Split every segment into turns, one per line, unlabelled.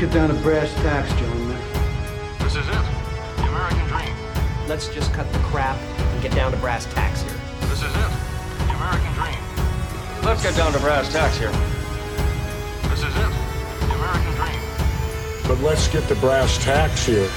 it down to brass tacks, gentlemen.
This is it. The American dream.
Let's just cut the crap and get down to brass tacks here.
This is it. The American dream.
Let's get down to brass tacks here.
This is it. The American dream.
But let's get the brass tacks here.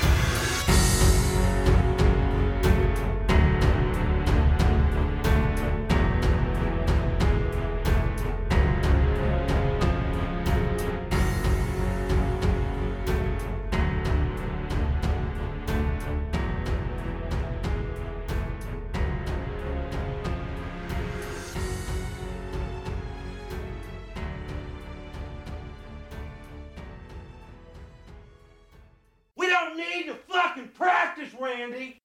We don't need to fucking practice, Randy.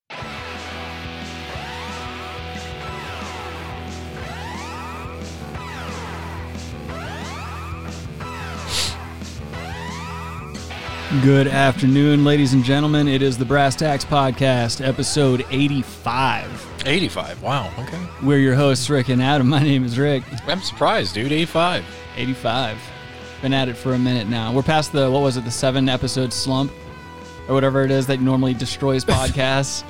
Good afternoon, ladies and gentlemen. It is the Brass Tacks Podcast, episode 85.
85. Wow. Okay.
We're your hosts, Rick and Adam. My name is Rick.
I'm surprised, dude. 85.
85. Been at it for a minute now. We're past the, what was it, the seven episode slump or whatever it is that normally destroys podcasts.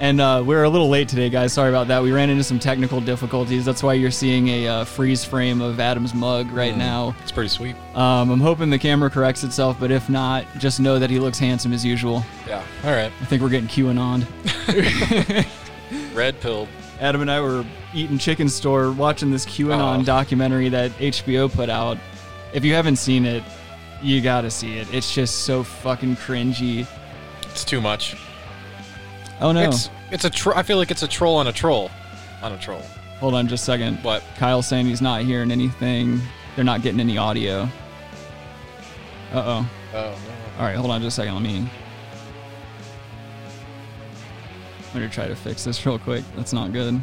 and uh, we're a little late today, guys. Sorry about that. We ran into some technical difficulties. That's why you're seeing a uh, freeze frame of Adam's mug right now.
Mm. It's pretty sweet.
Um, I'm hoping the camera corrects itself, but if not, just know that he looks handsome as usual.
Yeah. All right.
I think we're getting QAnon.
Red pill.
Adam and I were eating chicken store watching this QAnon
Oh.
documentary that HBO put out. If you haven't seen it, you gotta see it. It's just so fucking cringy.
It's too much.
Oh no.
It's it's a tro- I feel like it's a troll on a troll on a troll.
Hold on just a second.
What?
Kyle saying he's not hearing anything. They're not getting any audio. Uh oh.
Oh.
All right, hold on just a second. Let me. I'm gonna try to fix this real quick. That's not good.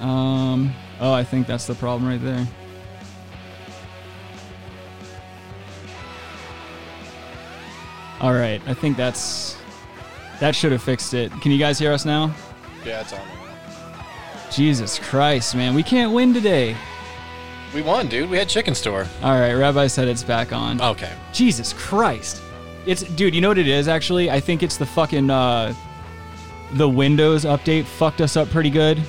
Um. Oh, I think that's the problem right there. All right, I think that's that should have fixed it. Can you guys hear us now?
Yeah, it's on.
Jesus Christ, man, we can't win today.
We won, dude. We had chicken store.
All right, Rabbi said it's back on.
Okay.
Jesus Christ. It's dude, you know what it is actually? I think it's the fucking uh the Windows update fucked us up pretty good.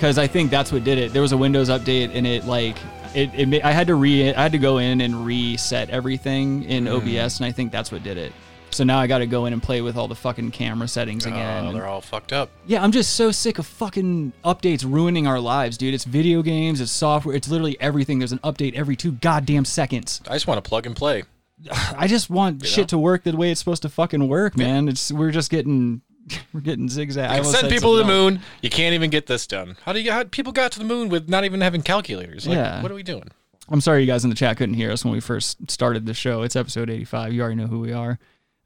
Cuz I think that's what did it. There was a Windows update and it like it, it ma- I had to re I had to go in and reset everything
Mm.
in OBS and I think that's what did it. So now I got to go in and play with all the fucking camera settings again.
Oh, they're all fucked up.
Yeah, I'm just so sick of fucking updates ruining our lives, dude. It's video games, it's software, it's literally everything. There's an update every 2 goddamn seconds.
I just want to plug and play.
I just want shit to work the way it's supposed to fucking work, man. It's we're just getting we're getting zigzag.
I
almost
send
said
people to the
something else.
moon. You can't even get this done. How do you? How people got to the moon with not even having calculators? Like,
Yeah.
What are we doing?
I'm sorry you guys in the chat couldn't hear us when we first started the show. It's episode 85. You already know who we are.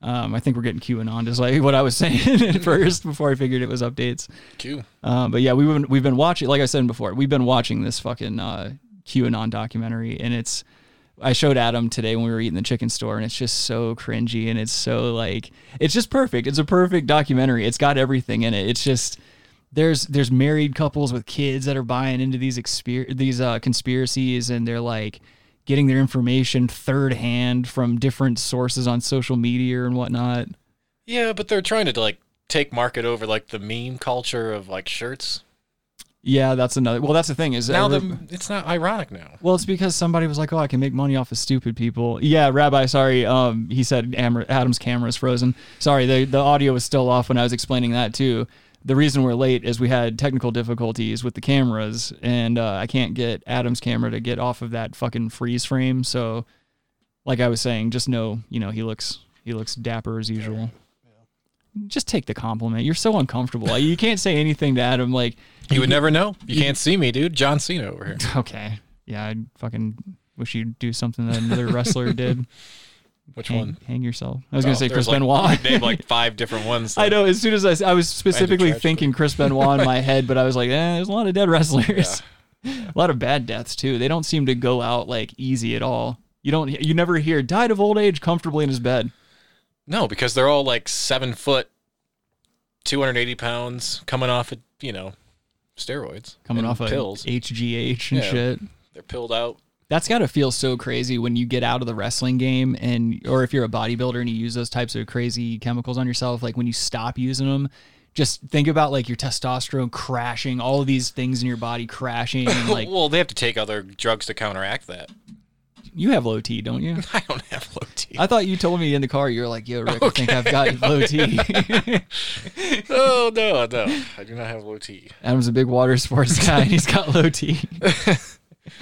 Um, I think we're getting QAnon, just like what I was saying at first before I figured it was updates.
Q.
Uh, but yeah, we've been we've been watching. Like I said before, we've been watching this fucking uh, QAnon documentary, and it's. I showed Adam today when we were eating the chicken store, and it's just so cringy, and it's so like it's just perfect. It's a perfect documentary. It's got everything in it. It's just there's there's married couples with kids that are buying into these exper- these uh, conspiracies, and they're like getting their information third hand from different sources on social media and whatnot.
Yeah, but they're trying to like take market over like the meme culture of like shirts.
Yeah, that's another. Well, that's the thing is
Now
every-
the it's not ironic now.
Well, it's because somebody was like, "Oh, I can make money off of stupid people." Yeah, Rabbi, sorry. Um, he said Am- Adam's camera's frozen. Sorry, the the audio was still off when I was explaining that too. The reason we're late is we had technical difficulties with the cameras, and uh, I can't get Adam's camera to get off of that fucking freeze frame. So, like I was saying, just know, you know, he looks he looks dapper as usual. Just take the compliment. You're so uncomfortable. Like, you can't say anything to Adam. Like,
You would never know. You can't see me, dude. John Cena over here.
Okay. Yeah, I fucking wish you'd do something that another wrestler did.
Which
Hang,
one?
hang yourself. I was gonna
Oh,
say
there's like,
Chris Benoit.
you named like five different ones.
I know. As soon as I, s- I was specifically
tragically.
thinking Chris Benoit in my head, but I was like, eh, there's a lot of dead wrestlers, a lot of bad deaths too. They don't seem to go out like easy at all. You don't. You never hear died of old age comfortably in his bed.
No, because they're all like seven foot, two hundred eighty pounds, coming off of you know steroids,
Coming
and
off of
pills.
HGH and
Yeah.
shit.
They're pilled out.
That's got to feel so crazy when you get out of the wrestling game and or if you're a bodybuilder and you use those types of crazy chemicals on yourself like when you stop using them just think about like your testosterone crashing, all of these things in your body crashing and like
well, they have to take other drugs to counteract that.
you have low T, don't you?
I don't have low T.
I thought you told me in the car you were like, "Yo, Rick, I think I've got low T."
oh no, no, I do not have low T.
Adam's a big water sports guy and he's got low T.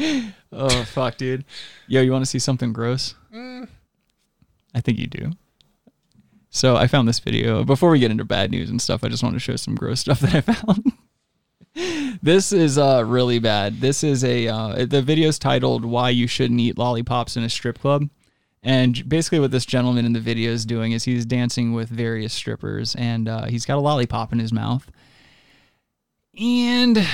oh fuck, dude. Yo, you want to see something gross? I think you do. So I found this video. Before we get into bad news and stuff, I just want to show some gross stuff that I found. this is uh really bad. This is a uh, the video's titled "Why You Shouldn't Eat Lollipops in a Strip Club." And j- basically, what this gentleman in the video is doing is he's dancing with various strippers, and uh, he's got a lollipop in his mouth. And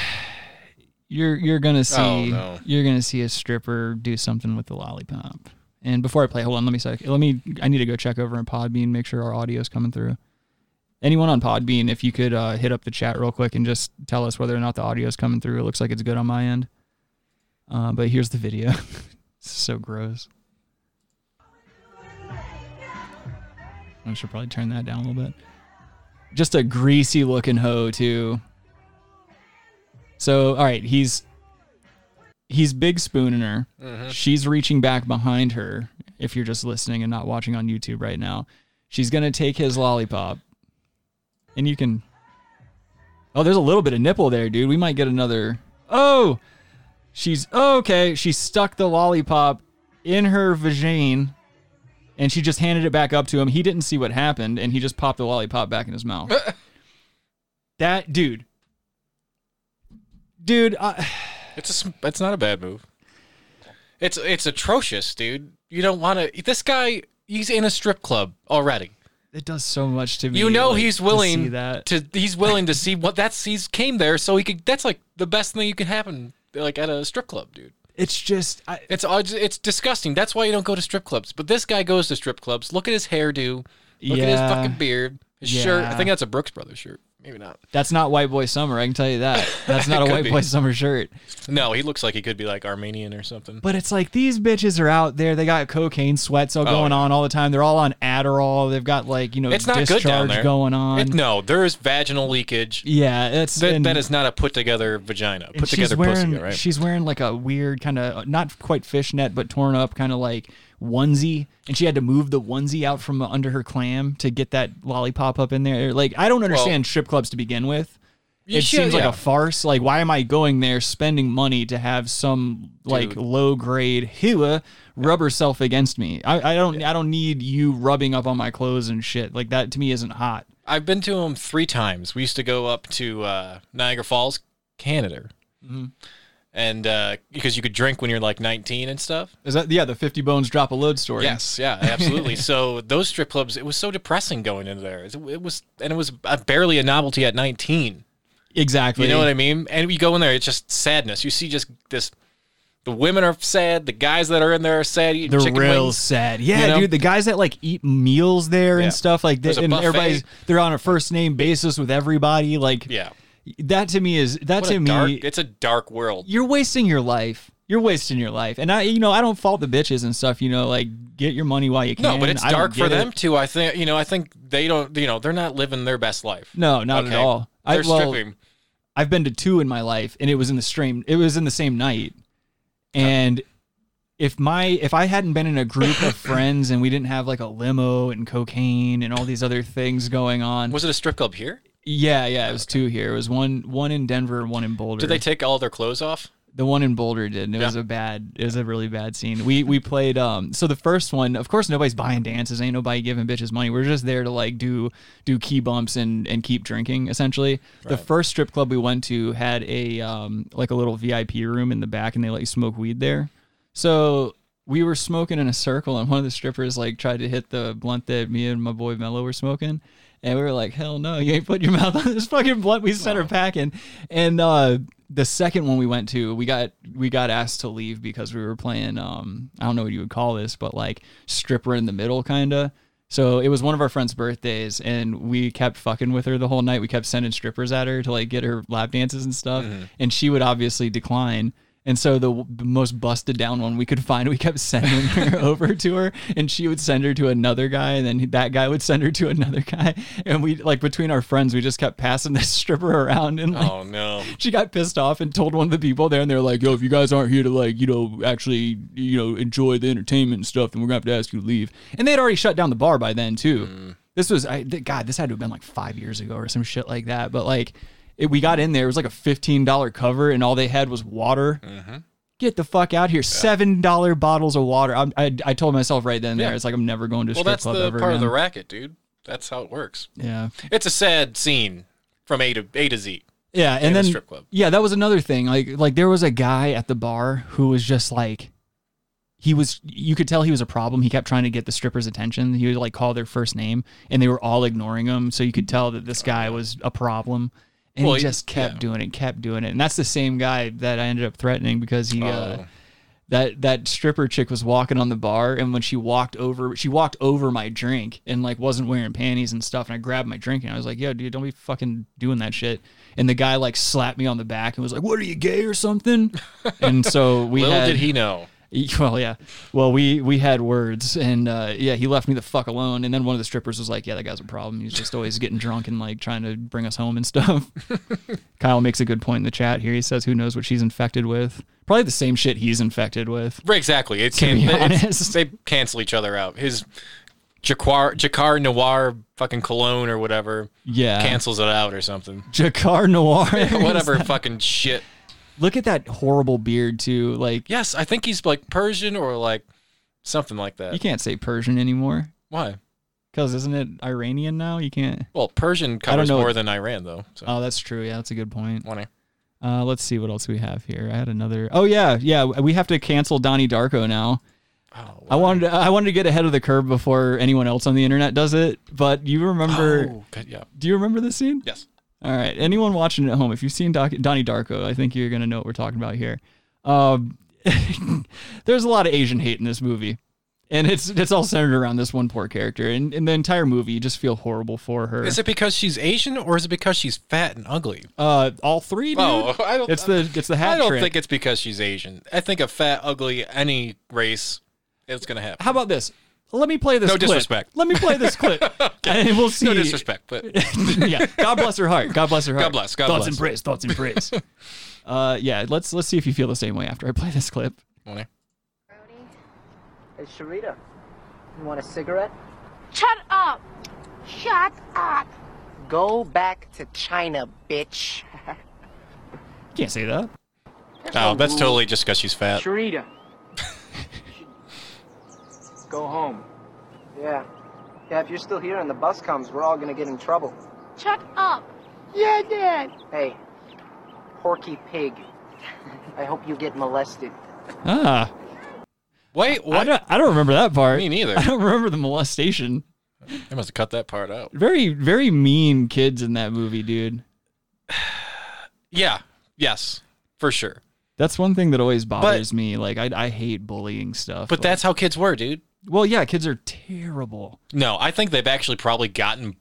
you're you're gonna see
Oh, no.
you're gonna see a stripper do something with the lollipop. And before I play, hold on, let me sec. Let me. I need to go check over in Podbean, make sure our audio's coming through. Anyone on Podbean, if you could uh, hit up the chat real quick and just tell us whether or not the audio's coming through. It looks like it's good on my end. Uh, but here's the video. It's so gross. I should probably turn that down a little bit. Just a greasy looking hoe too. So all right, he's he's big spooning her. She's reaching back behind her. If you're just listening and not watching on YouTube right now, she's gonna take his lollipop, and you can. Oh, there's a little bit of nipple there, dude. We might get another. Oh, she's oh, okay. She stuck the lollipop in her vagine, and she just handed it back up to him. He didn't see what happened, and he just popped the lollipop back in his mouth. that dude, dude. I,
It's a, sm- it's not a bad move. It's it's atrocious, dude. You don't want to. This guy, he's in a strip club already.
it does so much to me.
You know
like,
he's
to
willing
see that.
to he's willing to see what that's he's came there so he could. That's like the best thing you can happen like at a strip club, dude.
It's just I,
It's it's disgusting. That's why you don't go to strip clubs. But this guy goes to strip clubs. Look at his hairdo. Look at his
Yeah.
fucking beard. His shirt. I
Yeah.
think that's a Brooks Brothers shirt. Maybe not.
that's not white boy summer. I can tell you that. That's not a
Could
white
be.
boy summer shirt.
No, he looks like he could be like Armenian or something.
But it's like these bitches are out there. They got cocaine sweats all going on all the time. They're all on Adderall. They've got like you know
Oh. it's not
discharge
good down there.
going on.
It- no, there is vaginal leakage.
yeah, it's
That,
and-
that is not a put together vagina,
and
put
she's
together
wearing,
pussy, all right?
She's wearing like a weird kind of not quite fishnet, but torn up kind of like onesie, and she had to move the onesie out from uh, under her clam to get that lollipop up in there. Like I don't understand strip clubs to begin with.
You
it
should-
seems like
yeah.
a farce. Like, why am I going there spending money to have some like
Dude.
low grade hula rub herself against me? I, I don't I don't need you rubbing up on my clothes and shit. Like that to me isn't hot.
I've been to them three times. We used to go up to uh, Niagara Falls, Canada.
Mm-hmm.
And uh, because you could drink when you're like 19 and stuff.
Is that yeah, the fifty bones drop a load story.
Yes, yeah, absolutely. so those strip clubs, it was so depressing going into there. It, it was, and it was uh, barely a novelty at nineteen.
Exactly.
You know what I mean? And you go in there, it's just sadness. You see just this. The women are sad. The guys that are in there are sad. eating
They're
chicken
real
wings.
sad. Yeah,
You know?
dude. The guys that like eat meals there
Yeah.
and stuff like
There's
that,
a
and
buffet.
everybody's they're on a first name basis with everybody. Like
Yeah,
that to me is that
what
to
a
me
dark. It's a dark world.
you're wasting your life. You're wasting your life. And I, you know, I don't fault the bitches and stuff. You know, like get your money while you can.
No, but it's
I don't
dark for
get it.
them too. I think you know. I think they don't. You know, they're not living their best life.
No, not at
Okay.
all. I,
They're
well,
stripping.
I've been to two in my life, and it was in the same. It was in the same night, and if my if I hadn't been in a group of friends and we didn't have like a limo and cocaine and all these other things going on,
Was it a strip club here?
yeah, yeah, it was two here. It was one one in Denver, and one in Boulder.
Did they take all their clothes off?
The one in Boulder did, and it was a bad, it was a really bad scene. We we played, um, so the first one, of course, nobody's buying dances, ain't nobody giving bitches money. We're just there to like do do key bumps and and keep drinking essentially. The first strip club we went to had a um like a little VIP room in the back, and they let you smoke weed there. So we were smoking in a circle, and one of the strippers like tried to hit the blunt that me and my boy Mello were smoking, and we were like, "Hell no, you ain't putting your mouth on this fucking blunt." We sent her packing, and uh, the second one we went to, we got we got asked to leave because we were playing um I don't know what you would call this, but like stripper in the middle kinda. So it was one of our friend's birthdays, and we kept fucking with her the whole Mm-hmm. night. We kept sending strippers at her to like get her lap dances and stuff, and she would obviously decline. And so the, w- the most busted down one we could find, we kept sending her over to her, and she would send her to another guy, and then that guy would send her to another guy, and we like between our friends, we just kept passing this stripper around, and like,
Oh no.
she got pissed off and told one of the people there, and they're like, "Yo, if you guys aren't here to like, you know, actually, you know, enjoy the entertainment and stuff, then we're gonna have to ask you to leave." And they'd already shut down the bar by then too.
Mm.
This was, I th- God, this had to have been like five years ago or some shit like that. But like, it, we got in there, it was like a fifteen dollar cover, and all they had was water.
Uh-huh.
Get the fuck out here! Seven dollar bottles of water. I'm, I I told myself right then and there,
Yeah.
it's like I'm never going to a
Well,
strip
that's
club
the
ever
part of the
again.
racket, dude. That's how it works.
yeah.
It's a sad scene from A to A to Z.
Yeah, and
a
then
strip club.
yeah, that was another thing. Like like there was a guy at the bar who was just like he was you could tell he was a problem. He kept trying to get the strippers' attention. He would like call their first name and they were all ignoring him, so you could tell that this guy was a problem. And
Oh. Well,
he
he-
just kept
yeah.
doing it, kept doing it. And that's the same guy that I ended up threatening because he uh,
Oh.
that that stripper chick was walking on the bar and when she walked over she walked over my drink and like wasn't wearing panties and stuff and I grabbed my drink and I was like, "Yo, dude, don't be fucking doing that shit." And the guy like slapped me on the back and was like, "What are you gay or something?" And so we
Little
had
did he know.
well, yeah. Well, we we had words and uh yeah, he left me the fuck alone and then one of the strippers was like, "Yeah, that guy's a problem. He's just always getting drunk and like trying to bring us home and stuff." Kyle makes a good point in the chat here. He says, "Who knows what she's infected with?" Probably the same shit he's infected with.
Exactly. It can,
be
it's-
honest.
they cancel each other out. His Jacquard, Jacquard Noir fucking cologne or whatever
Yeah.
cancels it out or something.
Jacquard Noir.
whatever fucking shit.
Look at that horrible beard too. Like
Yes, I think he's like Persian or like something like that.
you can't say Persian anymore
Why?
because isn't it Iranian now? You can't.
Well, Persian covers
know.
more than Iran though. So
Oh, that's true. Yeah, that's a good point.
Wanna-
Uh, let's see what else we have here. I had another. Oh yeah, yeah. We have to cancel Donnie Darko now.
Oh,
I wanted to, I wanted to get ahead of the curve before anyone else on the internet does it. But you remember?
oh, good, yeah.
Do you remember this scene?
Yes.
All right. Anyone watching at home, if you've seen Doc- Donnie Darko, I think you're going to know what we're talking about here. Um, there's a lot of Asian hate in this movie. And it's it's all centered around this one poor character. And in the entire movie, you just feel horrible for her.
Is it because she's Asian or is it because she's fat and ugly?
uh, all three, dude?
Oh, I don't-
it's the it's the hat
I don't
trick.
think it's because she's Asian. I think a fat, ugly, any race, it's gonna happen.
How about this? Let me play this
No
clip.
disrespect.
Let me play this clip. And we'll see.
No disrespect, but
yeah. God bless her heart. God bless her heart.
bless, God
thoughts
bless.
and praise. Thoughts and praise. uh, yeah. Let's let's see if you feel the same way after I play this clip.
Wanna-
Hey, Sharita, you want a cigarette?
Shut up! Shut up!
Go back to China, bitch.
Can't say that.
no, Oh, that's totally just because she's fat.
Sharita. Go home. Yeah. Yeah, if you're still here and the bus comes, we're all gonna get in trouble.
Shut up! Yeah, Dad!
Hey, Porky Pig. I hope you get molested.
Ah.
Wait,
I
what?
don't, I don't remember that part.
Me neither.
I don't remember the molestation.
I must have cut that part out.
Very, very mean kids in that movie, dude.
Yeah. Yes. For sure.
That's one thing that always bothers me. Like, I, I hate bullying stuff.
But that's how kids were, dude.
well, yeah, kids are terrible.
No, I think they've actually probably gotten.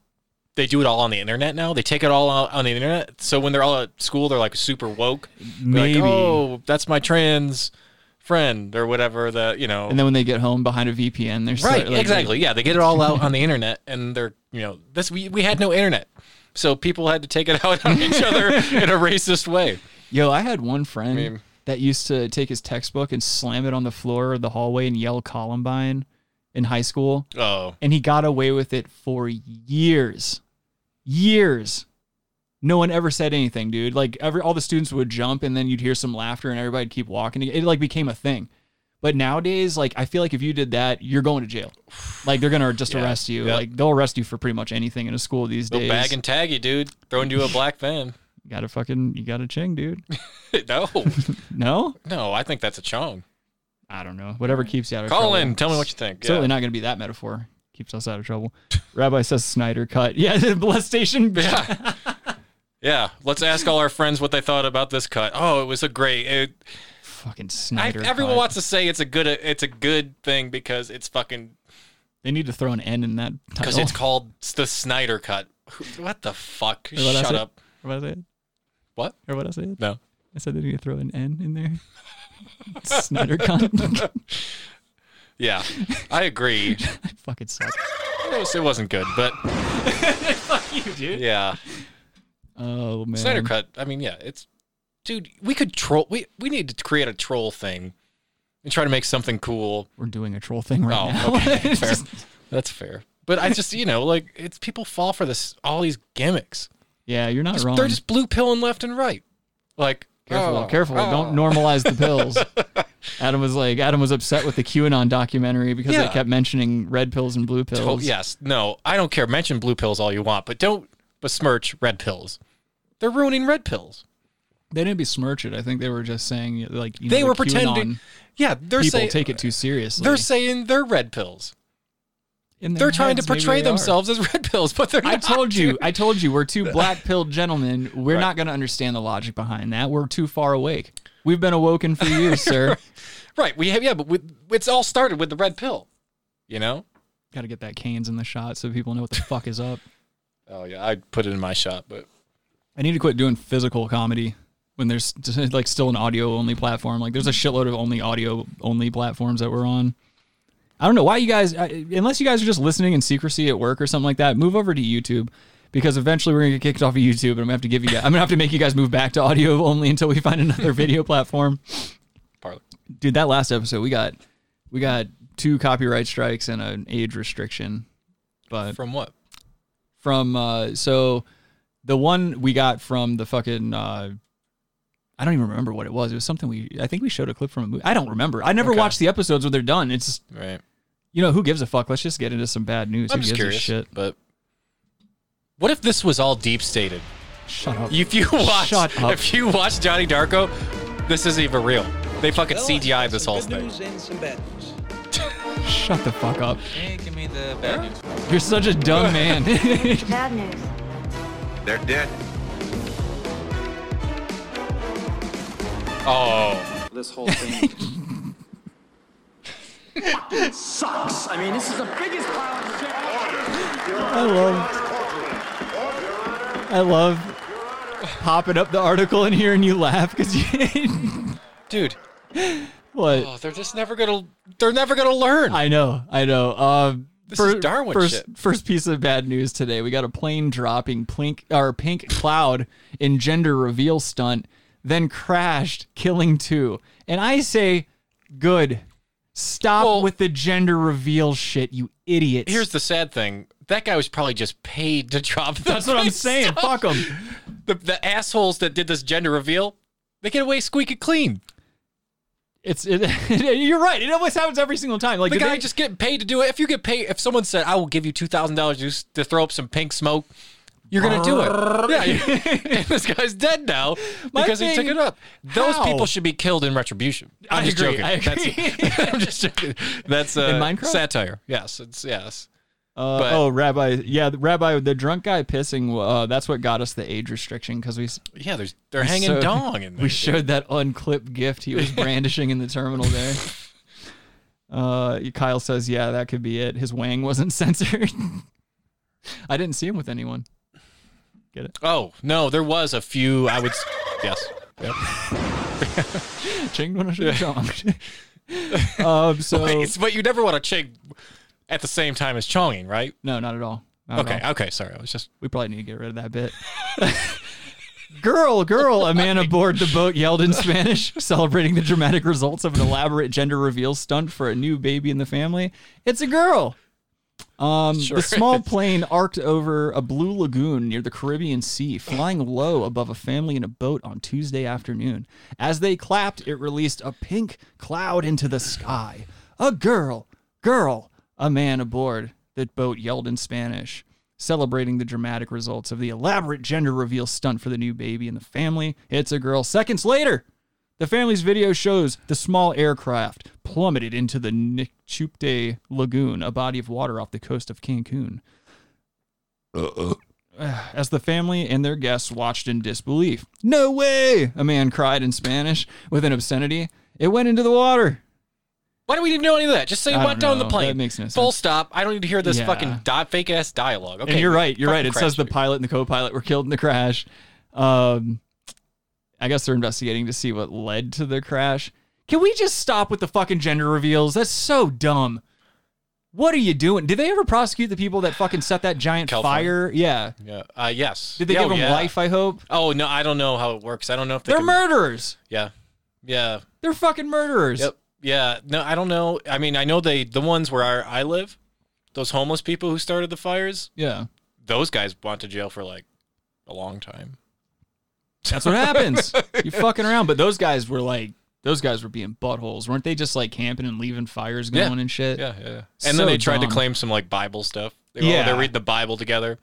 They do it all on the internet now. They take it all out on the internet. So when they're all at school, they're like super woke. They're
Maybe.
Like, oh, that's my trans friend or whatever. That you know.
and then when they get home behind a VPN, they're
right.
so, like,
exactly. Yeah. They get it all out on the internet, and they're you know this we we had no internet, so people had to take it out on each other in a racist way.
Yo, I had one friend
Meme.
that used to take his textbook and slam it on the floor of the hallway and yell Columbine in high school.
Oh.
and he got away with it for years years no one ever said anything dude like every all the students would jump and then you'd hear some laughter and everybody'd keep walking it like became a thing but nowadays like i feel like if you did that you're going to jail like they're gonna just
Yeah.
arrest you
Yep.
like they'll arrest you for pretty much anything in a school these
They'll
days
bag and tag you, dude. Throw into a black van.
you gotta fucking you gotta ching dude
no,
no
no, I think that's a chong.
i don't know whatever keeps you out of
Call
trouble.
in. Tell me what you think.
Certainly not going to be that metaphor. Keeps us out of trouble. Rabbi says Snyder cut. Yeah, the molestation.
Yeah. yeah. Let's ask all our friends what they thought about this cut. Oh, it was a great. It,
Fucking
I,
Snyder.
everyone
cut.
wants to say it's a good. It's a good thing because it's fucking
They need to throw an N in that
because
title.
it's called the Snyder cut. Who- What the fuck?
Or what I
Shut
said-
up.
Or what I said?
What?
Or what I said?
No.
I said they're gonna throw an N in there. Snyder cunt.
Yeah, I agree.
Fucking suck.
It, was, it wasn't good, but
You dude.
yeah,
Oh man.
Snyder cut. I mean, yeah, it's dude. We could troll. We we need to create a troll thing and try to make something cool.
We're doing a troll thing right now.
oh, okay,
It's
fair.
just-
That's fair. But I just you know like it's people fall for this all these gimmicks.
yeah, you're not
Just-
wrong.
they're just blue pilling left and right. Like
Careful,
oh,
careful.
oh.
Don't normalize the pills. Adam was like, Adam was upset with the QAnon documentary because they
Yeah.
kept mentioning red pills and blue pills.
Oh, yes. No, I don't care. Mention blue pills all you want, but don't besmirch red pills. They're ruining red pills.
They didn't besmirch it. I think they were just saying, like, you know,
They
the
were
QAnon
pretending. Yeah, they're
people
saying
take it too seriously.
they're saying they're red pills.
In their
They're tey're trying to
heads, maybe
portray
they are.
themselves as red pills, but they're
I
not.
told you,
dude.
I told you, we're two black pilled gentlemen. We're not going to understand the logic behind that. We're too far awake. We've been awoken for years, sir.
Right. We have yeah, but with, it's all started with the red pill. You know?
Got to get that Canes in the shot so people know what the fuck is up.
Oh yeah, I'd put it in my shot, but
I need to quit doing physical comedy when there's like still an audio only platform. Like there's a shitload of only audio only platforms that we're on. I don't know why you guys, I- unless you guys are just listening in secrecy at work or something like that, move over to YouTube because eventually we're gonna get kicked off of YouTube and I'm gonna have to give you guys, I'm gonna have to make you guys move back to audio only until we find another video platform.
parlor.
Dude, that last episode we got, we got two copyright strikes and an age restriction, but
From what?
from uh so the one we got from the fucking uh I don't even remember what it was. It was something we I think we showed a clip from a movie. I don't remember. I never
Okay.
watched the episodes when they're done. It's just,
Right.
you know, who gives a fuck? Let's just get into some bad news.
I'm
who
just
gives
curious.
a shit?
But what if this was all deep stated?
Oh, Shut up.
If you watch,
Shut up.
if you watch Johnny Darko, this isn't even real. They fucking CGI this whole thing.
Shut the fuck up.
give me the bad news.
You're such a dumb man.
Bad news.
They're dead.
Oh,
This whole thing.
I love I love popping up the article and hearing you laugh because you
dude,
what?
oh, they're just never gonna, they're never gonna learn.
I know, I know. Um,
This is Darwin
first,
shit.
First piece of bad news today: we got a plane dropping plink or pink cloud in gender reveal stunt, then crashed, killing two. And I say, good. Stop
Well-
with the gender reveal shit, you idiots.
Here's the sad thing: that guy was probably just paid to drop.
that's what I'm saying. Fuck them.
The, the assholes that did this gender reveal, they get away squeaky clean.
It's it, you're right. It always happens every single time. Like
The
did
guy
they-
just getting paid to do it. If you get paid, if someone said, "I will give you two thousand dollars to throw up some pink smoke," you're gonna do it. Yeah, you- and this guy's dead now
My
because he took it
thing-
up. Those
how?
people should be killed in retribution. I'm
I
just
agree,
joking.
I agree.
That's, I'm just joking. That's uh,
In Minecraft?
satire. Yes, it's yes.
Uh,
But-
oh, Rabbi, yeah, the Rabbi, the drunk guy pissing. Uh, that's what got us the age restriction because we s-
Yeah, there's they're hanging
So,
dong in there.
We showed that unclipped gift he was brandishing in the terminal there. Uh, Kyle says, "Yeah, that could be it. His wang wasn't censored. I didn't see him with anyone.
Oh no, there was a few. I would. s- Yes. Yep.
Ching when I should have chonged. um, so
It's, but you never want to chig at the same time as chonging, right?
no, not at all. Not at
Okay.
all.
Okay. Sorry, I was just
we probably need to get rid of that bit. girl, girl, a man aboard the boat yelled in Spanish, celebrating the dramatic results of an elaborate gender reveal stunt for a new baby in the family. It's a girl. Um,
Sure
the small
is.
plane arced over a blue lagoon near the Caribbean Sea, flying low above a family in a boat on Tuesday afternoon. As they clapped, it released a pink cloud into the sky. A girl, girl, a man aboard the boat yelled in Spanish, celebrating the dramatic results of the elaborate gender reveal stunt for the new baby and the family. It's a girl. Seconds later, the family's video shows the small aircraft plummeted into the Nichupte Lagoon, a body of water off the coast of Cancun. As the family and their guests watched in disbelief. No way! A man cried in Spanish with an obscenity. It went into the water.
Why do we need to know any of that? Just say it
I
went
don't
down the
know.
plane.
That makes no
Full
sense.
stop. I don't need to hear this
Yeah.
fucking di- fake ass dialogue. Okay.
and you're right. You're right.
fucking
It says the
crash.
pilot and the co pilot were killed in the crash. Um, I guess they're investigating to see what led to the crash. Can we just stop with the fucking gender reveals? That's so dumb. What are you doing? Did they ever prosecute the people that fucking set that giant
California.
fire? Yeah.
Yeah. Uh, yes.
Did they
Yeah,
give
oh,
them
yeah.
life? I hope
Oh no, I don't know how it works. I don't know if they
they're
can-
murderers.
Yeah. Yeah.
They're fucking murderers.
Yep. Yeah. No, I don't know. I mean, I know they the ones where I, I live, those homeless people who started the fires,
Yeah.
those guys went to jail for like a long time.
That's what happens. you fucking around. But those guys were like, those guys were being buttholes, weren't they? Just like camping and leaving fires
Yeah.
going and shit.
Yeah, yeah. And
So
then they tried
dumb.
to claim some like Bible stuff. They were, yeah,
Yeah.
they're reading the Bible together.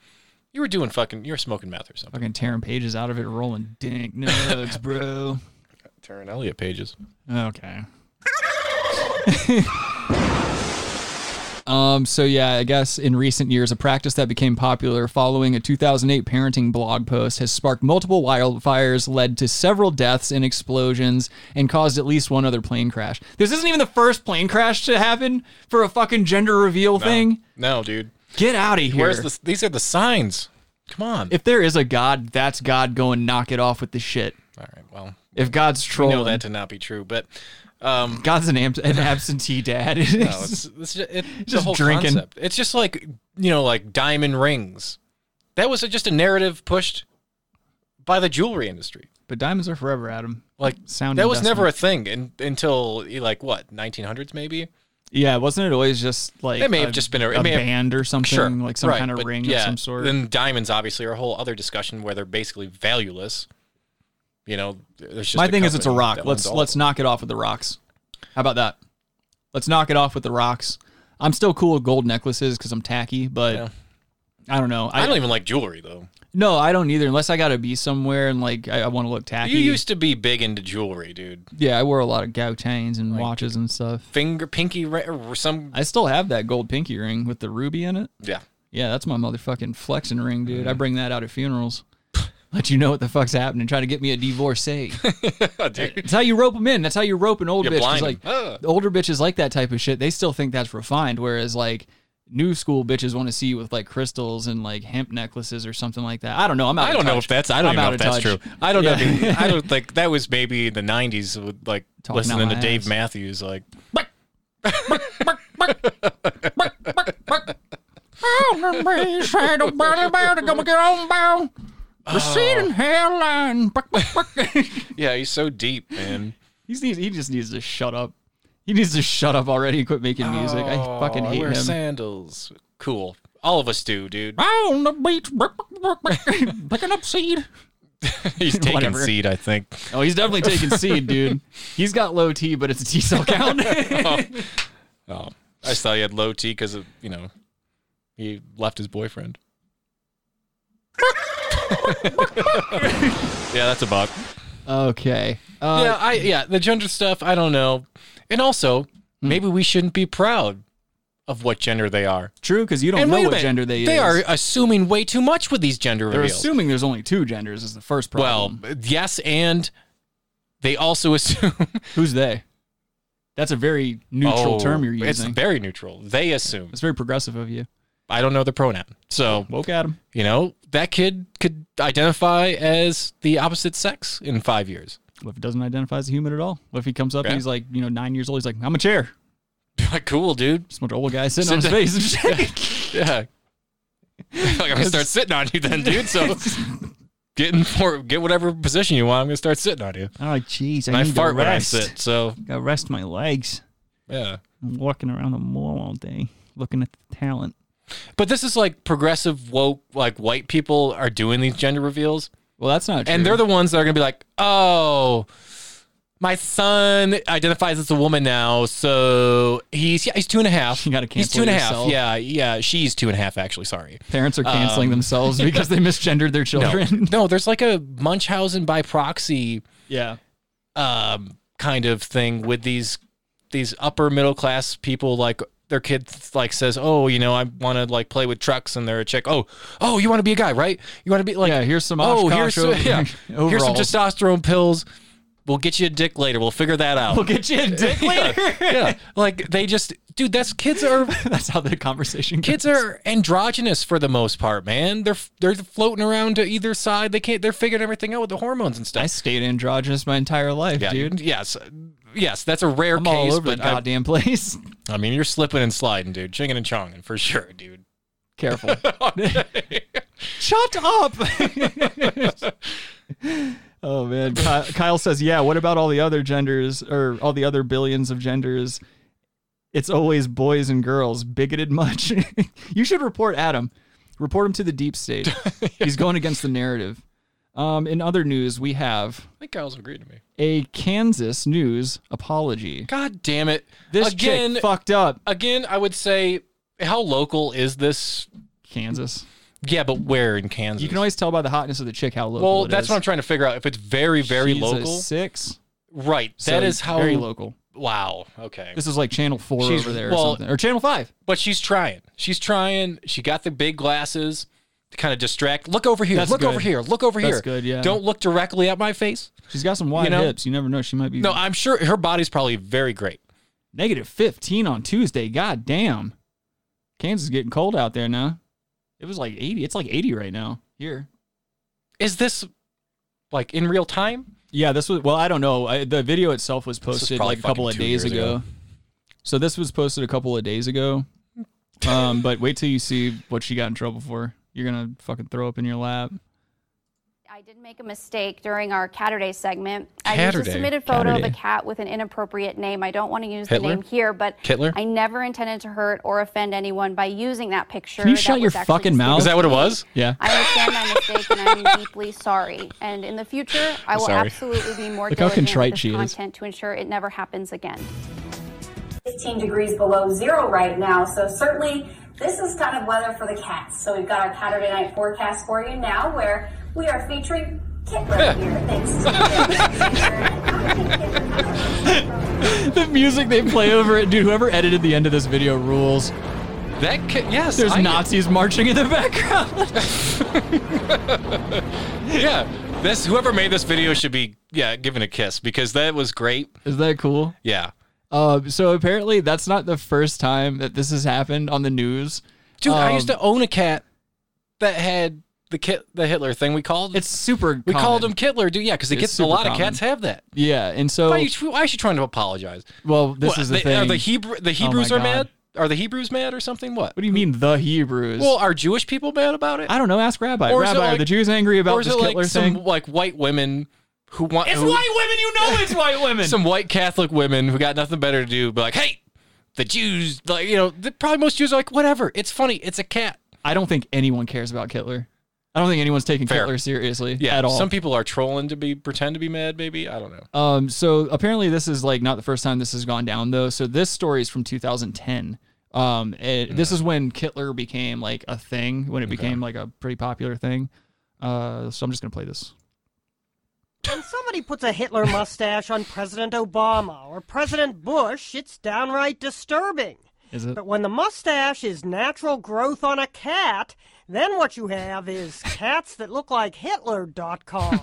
You were doing fucking, you were smoking meth or something.
Fucking tearing pages out of it, rolling dank nugs, bro.
Taryn Elliott pages.
Okay. um. So yeah, I guess in recent years, a practice that became popular following a 2008 parenting blog post has sparked multiple wildfires, led to several deaths and explosions, and caused at least one other plane crash. This isn't even the first plane crash to happen for a fucking gender reveal thing.
No, dude.
Get out of here.
Where's the? These are the signs. Come on.
if there is a God, that's God going knock it off with the shit.
All right. Well,
If God's
we
trolling,
know that to not be true, but um,
God's an, am- an absentee dad.
no, it's, it's just, it, the
Just
whole
drinking.
concept. It's just like you know, like diamond rings. That was just a narrative pushed by the jewelry industry.
but diamonds are forever, Adam.
Like
Sound
that was
investment.
never a thing in, until like what 1900s maybe.
Yeah, wasn't it always just like
It may have just been a- it may have-
band or something,
sure,
like some
right,
kind of
but
ring
yeah,
of some sort?
Then diamonds, obviously, are a whole other discussion where they're basically valueless. You know, there's just
My
a
thing is, it's a
company
rock.
that owns
Let's
all of
let's
them.
knock it off with the rocks. How about that? Let's knock it off with the rocks. I'm still cool with gold necklaces because I'm tacky, but
Yeah.
I don't know. I,
I don't even like jewelry though.
no, I don't either. Unless I gotta be somewhere and like I, I want to look tacky.
You used to be big into jewelry, dude.
yeah, I wore a lot of gauchines and watches and stuff.
Finger, pinky, ri- or some.
I still have that gold pinky ring with the ruby in it.
Yeah.
Yeah, that's my motherfucking flexing ring, dude. I bring that out at funerals. Let you know what the fuck's happening. Try to get me a divorcee.
dude.
It's how you rope them in. That's how you rope an old
You
bitch. 'Cause,
blind
Like
'em. Ugh.
the older bitches like that type of shit. They still think that's refined, whereas like new school bitches want to see you with like crystals and like hemp necklaces or something like that. I don't know. I'm out.
I
of
don't know
touch.
if that's. I don't
I'm
even
out
know if that's
of
true.
touch.
I don't
Yeah.
know. I don't like that was maybe the '90s with like
Talking
listening
out
to
my
Dave
ass.
Matthews. Like
Receding hairline.
yeah, he's so deep, man.
He's needs. He just needs to shut up. He needs to shut up already and quit making music. I fucking
I
hate
Oh, wear
him.
sandals. Cool. All of us do, dude.
on the beach, picking up seed.
He's taking
Whatever.
seed, I think.
Oh, he's definitely taking seed, dude. He's got low T, but it's a T cell count.
Oh, I just thought he had low T because of you know he left his boyfriend. yeah, that's a buck.
okay. Uh,
yeah, I yeah the gender stuff. I don't know, and also
Hmm.
maybe we shouldn't be proud of what gender they are.
True, because you don't
and
know
wait a
what
minute,
gender they
They
is.
are assuming way too much with these gender
They're
reveals.
assuming there's only two genders is the first
well,
problem.
yes, and they also assume
who's they? That's a very neutral
Oh,
term you're
It's
using. It's,
very neutral. They assume.
very progressive of you.
I don't know the pronoun, so
Woke Adam.
you know that kid could identify as the opposite sex in five years.
What if he doesn't identify as a human at all? What if he comes up
Yeah.
and he's like, you know, nine years old? He's like, I'm a chair.
cool, dude.
Just a bunch of old guys sitting on his
Sit
face and shit.
Yeah. like, I'm gonna start sitting on you then, dude. So get in for get whatever position you want. I'm gonna start sitting on you.
I'm like, jeez,
And I,
need to
fart when I
rest.
sit. So
Gotta rest my legs.
yeah.
I'm walking around the mall all day looking at the talent.
But this is like progressive woke, like white people are doing these gender reveals,
Well, that's not true.
and they're the ones that are gonna be like, oh. My son identifies as a woman now, so he's yeah, he's two and a half.
You gotta
he's two
cancel
and a
yourself.
half. Yeah, yeah, she's two and a half. Actually, sorry.
parents are canceling themselves because they misgendered their
No,
children.
no, there's like a Munchausen by proxy
yeah.
um, kind of thing with these these upper middle class people like their kid like says oh you know i want to like play with trucks and they're a chick oh oh you want to be a guy right you want to be like
Yeah, here's some
oh
Oshkosh
here's some,
over-
yeah, here's some
overalls.
testosterone pills we'll get you a dick later. We'll figure that out.
We'll get you a dick later.
yeah, like they just, dude. That's kids are
That's how the conversation
kids
goes.
are androgynous for the most part, man. They're they're floating around to either side. They can't. They're figuring everything out with the hormones and stuff.
I stayed androgynous my entire life,
yeah,
dude.
Yes, yes. That's a rare
I'm
case,
all over the
but I,
goddamn place.
I mean, you're slipping and sliding, dude. Chinging and chonging for sure, dude.
Careful. Shut up. oh man, Ky- Kyle says, "Yeah, what about all the other genders or all the other billions of genders? It's always boys and girls. Bigoted much? you should report Adam. Report him to the deep state. He's going against the narrative." Um, in other news, we have
I think Kyle's agreed to me.
a Kansas news apology.
God damn it!
This
again,
chick fucked up.
again, I would say, how local is this?
Kansas.
Yeah, but where in Kansas?
You can always tell by the hotness of the chick how local.
well,
it
that's
is.
what I'm trying to figure out. If it's very, very
She's a
local,
six.
right?
So
that is how
very local.
Wow. Okay.
This is like Channel Four
She's-
over there,
well-
or something, or Channel Five.
But she's trying. She's trying. She got the big glasses to kind of distract. Look over here.
That's
look
good.
over here. Look over
That's
here.
good, yeah.
Don't look directly at my face.
She's got some wide
know?
hips. You never know. She might be
No, I'm sure her body's probably very great.
negative fifteen on Tuesday. God damn, Kansas is getting cold out there now. It was like eighty. It's like eighty right now here.
Is this like in real time?
Yeah, this was well. I don't know. I, the video itself was
was
posted
probably
like a couple
fucking
of
two
days
years
ago.
ago.
So this was posted a couple of days ago. Um, but wait till you see what she got in trouble for. You're gonna fucking throw up in your lap.
I did make a mistake during our Catterday segment. I used
Catterday?
a submitted photo
Catterday.
of a cat with an inappropriate name. I don't want to use
Hitler?
the name here, but
Hitler?
I never intended to hurt or offend anyone by using that picture.
Can you
That
shut
was
your
actually
fucking
mistaken.
mouth?
Is that what it was?
Yeah.
I understand my mistake and I'm deeply sorry. And in the future, I will
Sorry.
absolutely be more
Look how
diligent
contrite
with
she
this
is.
content to ensure it never happens again.
15 degrees below zero right now, so certainly this is kind of weather for the cats. So we've got our Saturday night forecast for you now, where we are featuring Kitler here. Thanks. to-
the music they play over it, dude. Whoever edited the end of this video rules.
That ca- yes.
There's
I-
Nazis marching in the background.
Yeah. This whoever made this video should be yeah given a kiss because that was great.
Is that cool?
Yeah.
Uh, so apparently that's not the first time that this has happened on the news.
Dude, I
Um,
used to own a cat that had the kit the Hitler thing. We called
It's super.
we called
common.
him Kittler, dude. Yeah, because
It's
a
super
lot
common.
of cats have that.
Yeah, and so
Why, are you, why is she trying to apologize?
well, this
What,
is the
they-
thing. Oh
Are the Hebrew the Hebrews are
God.
mad? Are the Hebrews mad or something? What?
what do you mean the Hebrews?
Well, are Jewish people mad about it?
I don't know. Ask Rabbi.
Or is it
Rabbi, are
like-
the Jews angry about
or is
this
it
Hitler
like
thing?
some like white women who want?
it's
who-
white women. You know it's white women.
Some white Catholic women who got nothing better to do, but like, hey, the Jews, like you know, the, probably most Jews are like, whatever. It's funny. It's a cat.
I don't think anyone cares about Hitler. I don't think anyone's taking
Fair.
Hitler seriously
Yeah.
at all.
Some people are trolling to be pretend to be mad. Maybe I don't know.
Um, so apparently this is like not the first time this has gone down though. So this story is from 2010. Um, it- this is when Kittler became like a thing, when it became like a pretty popular thing. Uh, so I'm just gonna play this.
When somebody puts a Hitler mustache on President Obama or President Bush, it's downright disturbing.
Is it?
But when the mustache is natural growth on a cat, then what you have is cats that look like Hitler.com.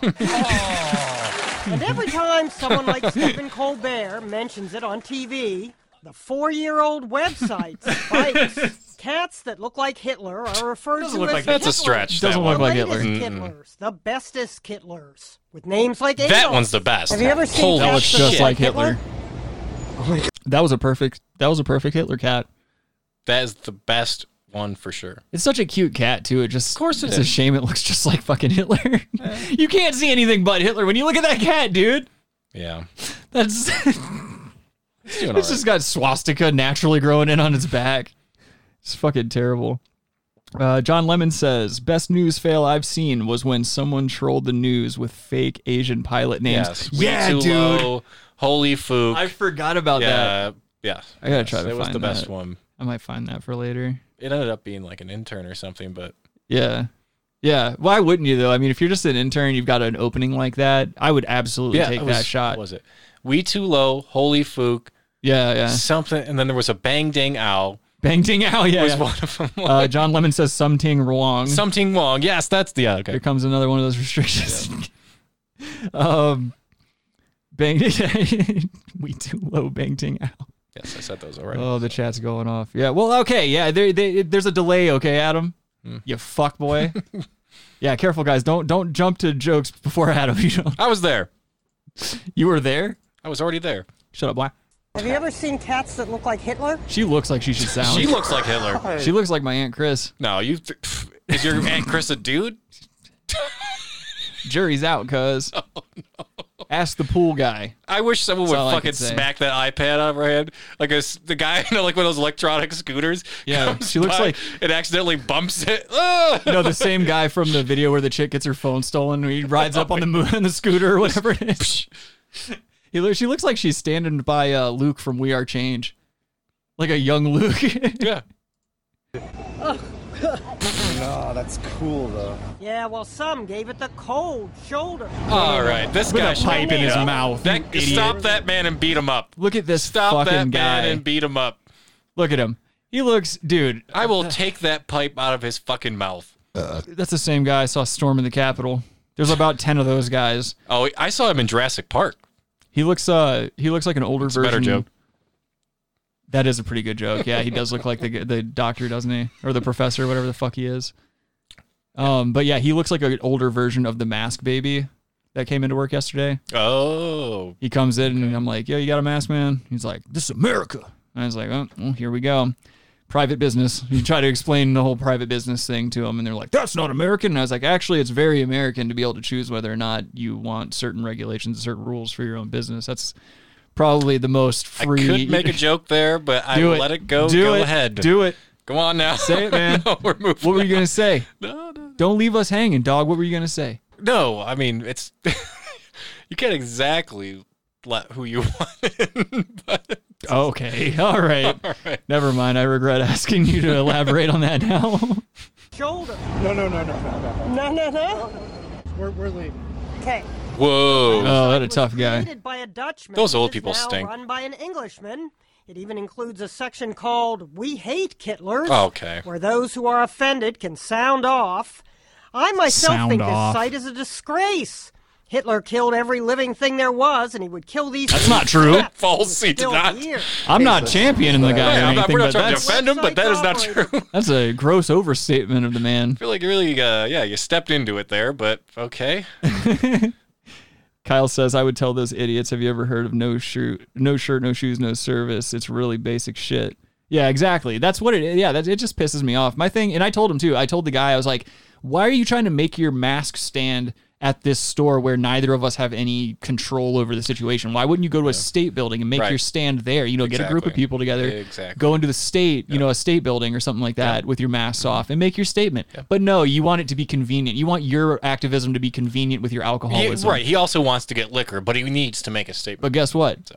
and every time someone like Stephen Colbert mentions it on TV, the four year old website spikes. Cats that look like Hitler are referred
Doesn't
to
look
as
like-
That's a
Hitlers
stretch.
Doesn't
that
look
one.
like
the
Hitler.
latest Kittlers, the bestest Kittlers, with names like
That
Adolf.
one's the best.
Have you ever seen
Holy
That
That
looks
looks
shit.
That's
just
just
like
like
Hitler.
Hitler.
That was a perfect. That was a perfect Hitler cat.
That is the best one for sure.
It's such a cute cat too. It just, of
course it
it's a
is.
shame it looks just like fucking Hitler. you can't see anything but Hitler when you look at that cat, dude.
Yeah.
That's
It's doing all
It's
right.
just got swastika naturally growing in on its back. It's fucking terrible. Uh, John Lemon says, "Best news fail I've seen was when someone trolled the news with fake Asian pilot names."
Yes. We
yeah,
Too
dude,
Low, Holy Fook.
I forgot about that.
yeah. Yeah.
I gotta try to
It was
find
the best
that.
one.
I might find that for later.
It ended up being like an intern or something, but
Yeah, yeah. Why wouldn't you though? I mean, if you're just an intern, you've got an opening like that. I would absolutely
yeah,
take
it was,
that shot.
what was it? We Too Low, Holy Fook,
Yeah, yeah.
something, and then there was a Bang Dang Owl.
Bang ting out. Yeah.
Was
yeah.
one of them.
Uh, John Lemon says something wrong.
Something wrong. Yes, that's the yeah.
Here
Okay.
comes another one of those restrictions. um, Bang, we too low bangting out.
Yes, I said those already.
Oh, the chat's going off. Yeah. Well, okay. Yeah. There, they, there's a delay. Okay, Adam.
Hmm.
You fuck boy. yeah. Careful, guys. Don't don't jump to jokes before Adam. You know.
I was there.
You were there.
I was already there.
Shut up, boy.
Have you ever seen cats that look like Hitler?
She looks like she should sound.
She looks like Hitler.
She looks like my aunt Chris.
No, you. Th- is your aunt Chris a dude?
Jury's out, cuz.
Oh,
Ask the pool guy.
I wish someone
all
would
I
fucking
could say.
smack that iPad out of her hand. Like a, s- the guy, you know, like one of those electronic scooters.
Yeah,
comes
she looks
by
like-
and accidentally bumps it. Ah!
You know, the same guy from the video where the chick gets her phone stolen. He rides up on the moon in the scooter or whatever it is. He looks, she looks like she's standing by uh, Luke from We Are Change, like a young Luke.
Yeah.
Yeah, well, some gave it the cold shoulder.
All right, this
With
guy
a
should
pipe in
be
his
up.
mouth,
That,
you idiot.
stop that man and beat him up.
Look at this
Stop that man
fucking guy.
and beat him up.
Look at him. He looks, dude.
I will take that pipe out of his fucking mouth.
That's the same guy I saw storming the Capitol. There's about ten of those guys.
Oh, I saw him in Jurassic Park.
He looks, uh, he looks like an older
a
version.
better joke.
That is a pretty good joke. Yeah, he does look like the the doctor, doesn't he, or the professor, whatever the fuck he is. Um, but yeah, he looks like an older version of the mask baby that came into work yesterday.
Oh,
He comes in and I'm like, "Yo, you got a mask, man?" He's like, "This is America." And I was like, "Oh, well, here we go." Private business. You try to explain the whole private business thing to them, and they're like, "That's not American." And I was like, "Actually, it's very American to be able to choose whether or not you want certain regulations, certain rules for your own business." That's probably the most free.
I could make a joke there, but I
Do it.
let it go.
Do
go
it.
ahead.
Do it.
Go on now.
Say it, man.
no, we're moving.
What were you
on.
gonna say?
No, no,
Don't leave us hanging, dog. What were you gonna say?
no. I mean, it's you can't exactly let who you want. In, but
Okay, all right.
all right.
Never mind. I regret asking you to elaborate on that now.
Shoulder. No, no, no, no, no, no. No, no,
We're, we're leaving.
Okay.
Whoa.
Oh, that a tough guy.
Created by a Dutchman.
Those old
it is
people
now
stink.
Run by an Englishman. It even includes a section called "We Hate Kittlers,"
Oh, okay.
where those who are offended can sound off. I myself
Sound
think
off.
this site is a disgrace. Hitler killed every living thing there was, and he would kill these.
That's not true.
False, he did not.
I'm not championing the guy
Hey,
or
I'm not,
anything,
we're
but
not trying to
that's,
defend him, but that is not
Website
true. I
that's a gross overstatement of the man.
feel like you really, uh, yeah, you stepped into it there, but okay.
Kyle says, "I would tell those idiots, have you ever heard of no shirt, no shirt, no shoes, no service? It's really basic shit." Yeah, exactly. That's what it is. Yeah, that it just pisses me off. My thing, and I told him too. I told the guy, I was like, "Why are you trying to make your mask stand at this store where neither of us have any control over the situation? Why wouldn't you go to a state building and make
Right.
your stand there? You know, get a group of
Exactly.
people together,
Exactly.
go into the state, you know, a state building or something like that with your masks off and make your statement. But no, you want it to be convenient. You want your activism to be convenient with your
He-
alcoholism,
right. He also wants to get liquor, but he needs to make a statement.
but guess what?
So.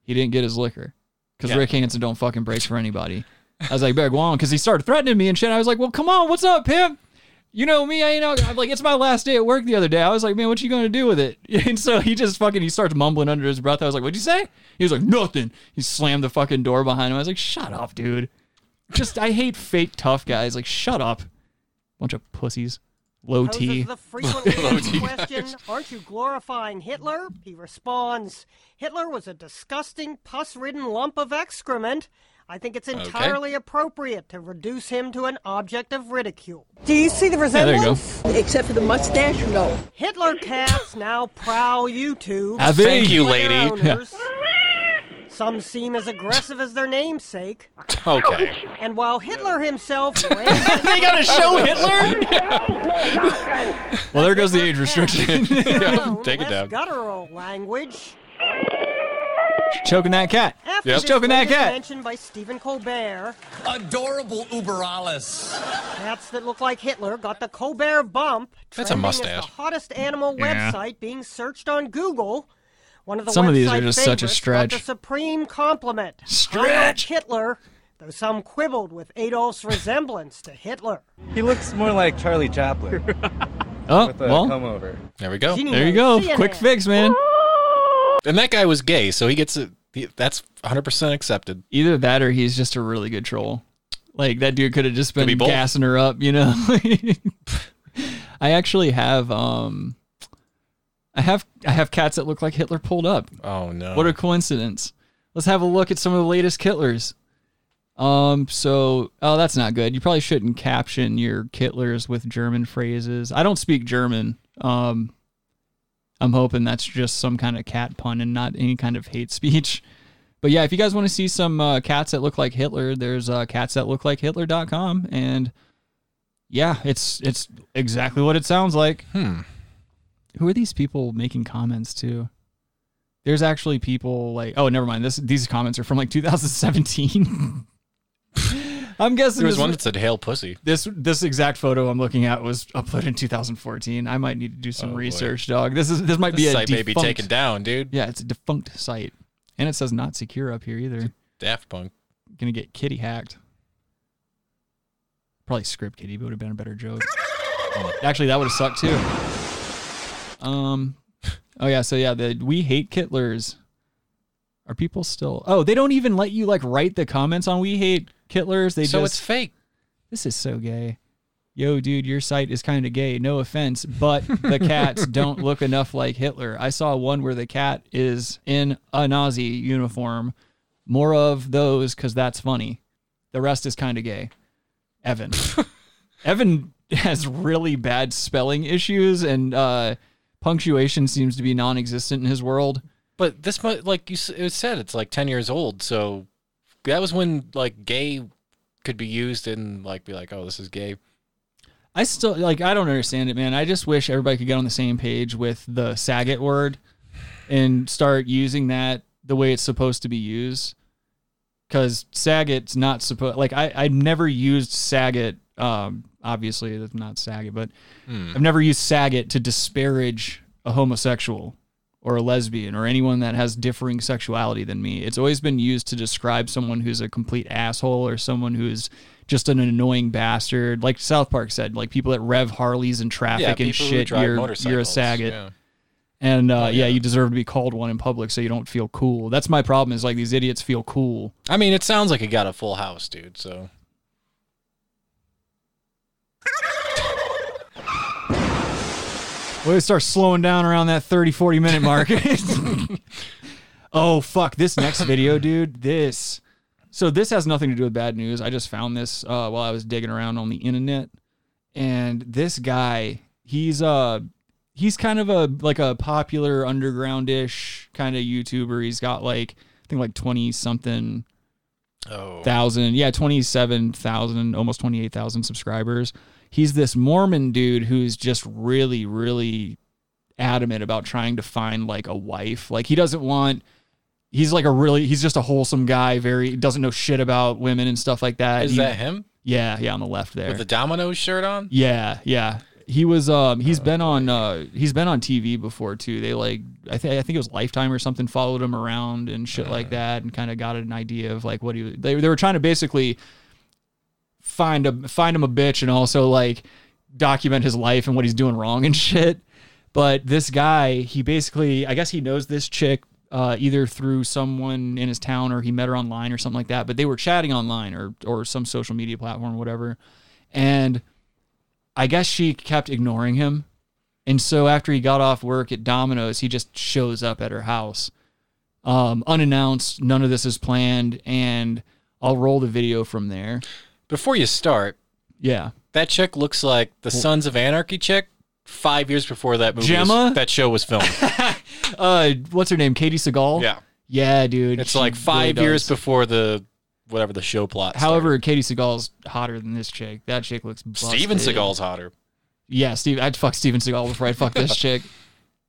He didn't get his liquor because
Yeah.
Rick Hansen don't fucking break for anybody. I was like, Bear Guan, because he started threatening me and shit. I was like, well, come on, what's up, pimp? You know me, I ain't out. I'm like, it's my last day at work the other day. I was like, man, what you gonna do with it? And so he just fucking he starts mumbling under his breath. I was like, what'd you say? He was like, nothing. He slammed the fucking door behind him. I was like, shut up, dude. Just I hate fake tough guys. Like, shut up, bunch of pussies, low T.
poses the frequently asked question, Aren't you glorifying Hitler? He responds, Hitler was a disgusting, pus ridden lump of excrement. I think it's entirely appropriate to reduce him to an object of ridicule. Do you see the
there you go.
Except for the mustache, no.
Hitler cats now prowl YouTube.
Have
Thank
they?
you,
for their
lady.
owners. Some seem as aggressive as their namesake,
Okay.
and while Hitler himself ran
they gotta show Hitler. well, there goes the age restriction.
Take it down.
guttural language,
Choking that cat.
After
Yep.
this
Choking that
latest
cat.
mention by Stephen Colbert,
Adorable uberalis.
cats that look like Hitler got the Colbert bump.
That's a
trending
mustache.
As the hottest animal
Yeah.
website being searched on Google. One of the
Some of these are
website
just such a
favorites
stretch.
Got the supreme compliment. Heinrich
Stretch.
Hitler, though some quibbled with Adolf's resemblance to Hitler.
He looks more like Charlie Chaplin.
Oh, well,
over.
There we go.
there you go. Quick fix, man.
And that guy was gay, so he gets a, he- that's 100% accepted.
Either that or he's just a really good troll. Like that dude could have just been
be both.
gassing her up, you know. I actually have um I have I have cats that look like Hitler pulled up.
Oh no.
What a coincidence. Let's have a look at some of the latest Hitlers. Um, so oh that's not good. You probably shouldn't caption your Hitlers with German phrases. I don't speak German. Um I'm hoping that's just some kind of cat pun and not any kind of hate speech. But yeah, if you guys want to see some uh, cats that look like Hitler, there's uh, cats that look like Hitler.com. And yeah, it's it's exactly what it sounds like.
Hmm.
Who are these people making comments to? There's actually people like oh never mind this these comments are from like 2017. I'm guessing
There was
this-
one that said "Hail Pussy."
this this exact photo I'm looking at was uploaded in 2014. I might need to do some
Oh, boy.
research, dog. This is this might
This
be a
site may be
defunct.
taken down, dude.
Yeah, it's a defunct site, and it says not secure up here either.
Daft Punk.
Gonna get kitty hacked. Probably script kitty would have been a better joke. Actually, that would have sucked too. Um, oh yeah, so yeah, the we hate Kittlers. Are people still? Oh, they don't even let you like write the comments on we hate Kittlers. They
so
just
it's fake.
this is so gay. Yo, dude, your site is kind of gay. No offense, but the cats don't look enough like Hitler. I saw one where the cat is in a Nazi uniform. More of those because that's funny. The rest is kind of gay. Evan. Evan has really bad spelling issues, and uh, punctuation seems to be non existent in his world.
But this mu like you s- it was said, it's like ten years old. So that was when like gay could be used and like be like, oh, this is gay.
I still like I don't understand it, man. I just wish everybody could get on the same page with the Saget word and start using that the way it's supposed to be used. Cause Saget's not supposed like I I never used Saget. Um, obviously that's not Saget, but
Hmm.
I've never used Saget to disparage a homosexual or a lesbian or anyone that has differing sexuality than me. It's always been used to describe someone who's a complete asshole or someone who's just an annoying bastard. Like South Park said, like people that rev Harleys in traffic
yeah,
and
people
shit.
who drive
you're,
motorcycles.
you're a Saget.
Yeah.
And uh, yeah.
yeah.
you deserve to be called one in public so you don't feel cool. That's my problem is like these idiots feel cool.
I mean, it sounds like it got a full house, dude. So
Well, it starts slowing down around that 30, 40 minute mark. oh, fuck. This next video, dude. This. So, this has nothing to do with bad news. I just found this uh, while I was digging around on the internet. And this guy, he's uh he's kind of a like a popular underground-ish kind of YouTuber. He's got like I think like 20 something
oh
thousand, yeah, twenty seven thousand, almost twenty eight thousand subscribers. He's this Mormon dude who's just really, really adamant about trying to find like a wife. Like he doesn't want. He's like a really. He's just a wholesome guy. Very doesn't know shit about women and stuff like that.
is
He-
that him
Yeah, yeah, on the left Uh, there.
with the Domino's shirt on?
Yeah, yeah. He was um he's been on uh he's been on TV before too. They like I think I think it was Lifetime or something followed him around and shit like that and kind of got an idea of like what he was they they were trying to basically find a find him a bitch and also like document his life and what he's doing wrong and shit. But this guy, he basically I guess he knows this chick uh, either through someone in his town or he met her online or something like that. But they were chatting online or or some social media platform, whatever. And I guess she kept ignoring him. And so after he got off work at Domino's, he just shows up at her house. Um, unannounced, none of this is planned, and I'll roll the video from there.
Before you start,
Yeah.
that chick looks like the Sons of Anarchy chick. Five years before that movie, was-
Gemma?
that show was filmed.
Uh what's her name? Katie Seagal?
yeah,
Yeah, dude.
it's
she
like five
really
years
does.
before the whatever the show plot.
However, Katie Seagal's hotter than this chick. That chick looks busted.
started. Steven Seagal's hotter.
Yeah, Steve. I'd fuck Steven Seagal before I'd fuck this chick.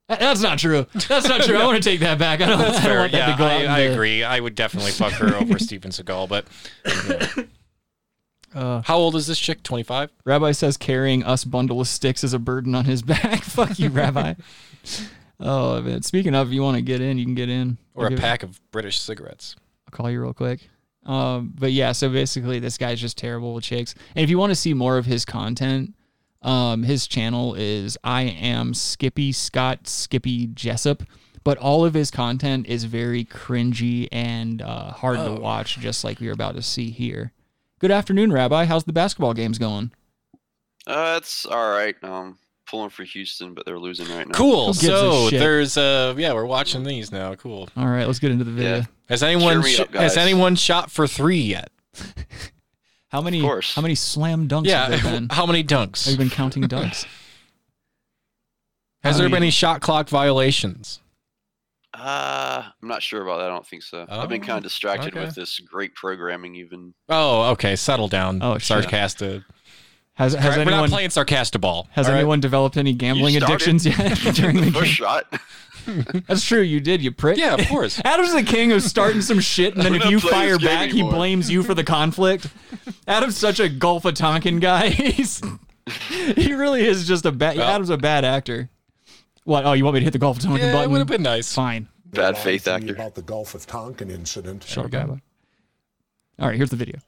That- That's not true. That's not true. I want to take that back. I don't, I
That's
don't
fair.
want that
Yeah,
to go out
I,
in
I
the-
agree. I would definitely fuck her over Steven Seagal. But
Uh,
how old is this chick? Twenty five.
Rabbi says carrying us bundle of sticks is a burden on his back. Fuck you, Rabbi. Oh man. Speaking of, if you want to get in, you can get in.
or a
Give-
pack of British cigarettes.
I'll call you real quick. Um, but yeah, so basically, this guy's just terrible with chicks. And if you want to see more of his content, um, his channel is I am Skippy Scott Skippy Jessup. But all of his content is very cringy and uh, hard
Oh.
to watch, just like you're about to see here. Good afternoon, Rabbi. How's the basketball games going?
Uh, it's all right. Um, pulling for Houston, but they're losing right now.
Cool.
gives a
So
shit?
there's uh yeah, we're watching these now. Cool.
All right, let's get into the video.
Has anyone
Cheer me
sh-
up,
has
guys.
anyone shot for three yet?
How many? How many slam dunks?
Yeah.
Have there been?
How many dunks?
Have you been counting dunks?
Has
I
there been
mean-
any shot clock violations?
Uh, I'm not sure about that. I don't think so. I've been kind
Oh,
of distracted
okay.
with this great programming. Even
Oh, okay. Settle down.
Oh, shit.
sarcastic.
Has has
We're
anyone
not playing sarcastic ball.
has
all right?
anyone developed any gambling
started.
addictions yet during the game?
first shot.
That's true. You did. You prick.
Yeah, of course.
Adam's the king of starting some shit, and then
I'm
if
not
you
playing
fire
this game
back,
anymore.
he blames you for the conflict. Adam's such a Gulf of Tonkin guy. He's he really is just a bad. Adam's a bad actor. What? Oh, you want me to hit the Gulf of Tonkin
Yeah, it
button?
would have been nice.
Fine.
Bad faith actor.
About the Gulf of Tonkin incident.
Shut up, Gabba. All right, here's the video.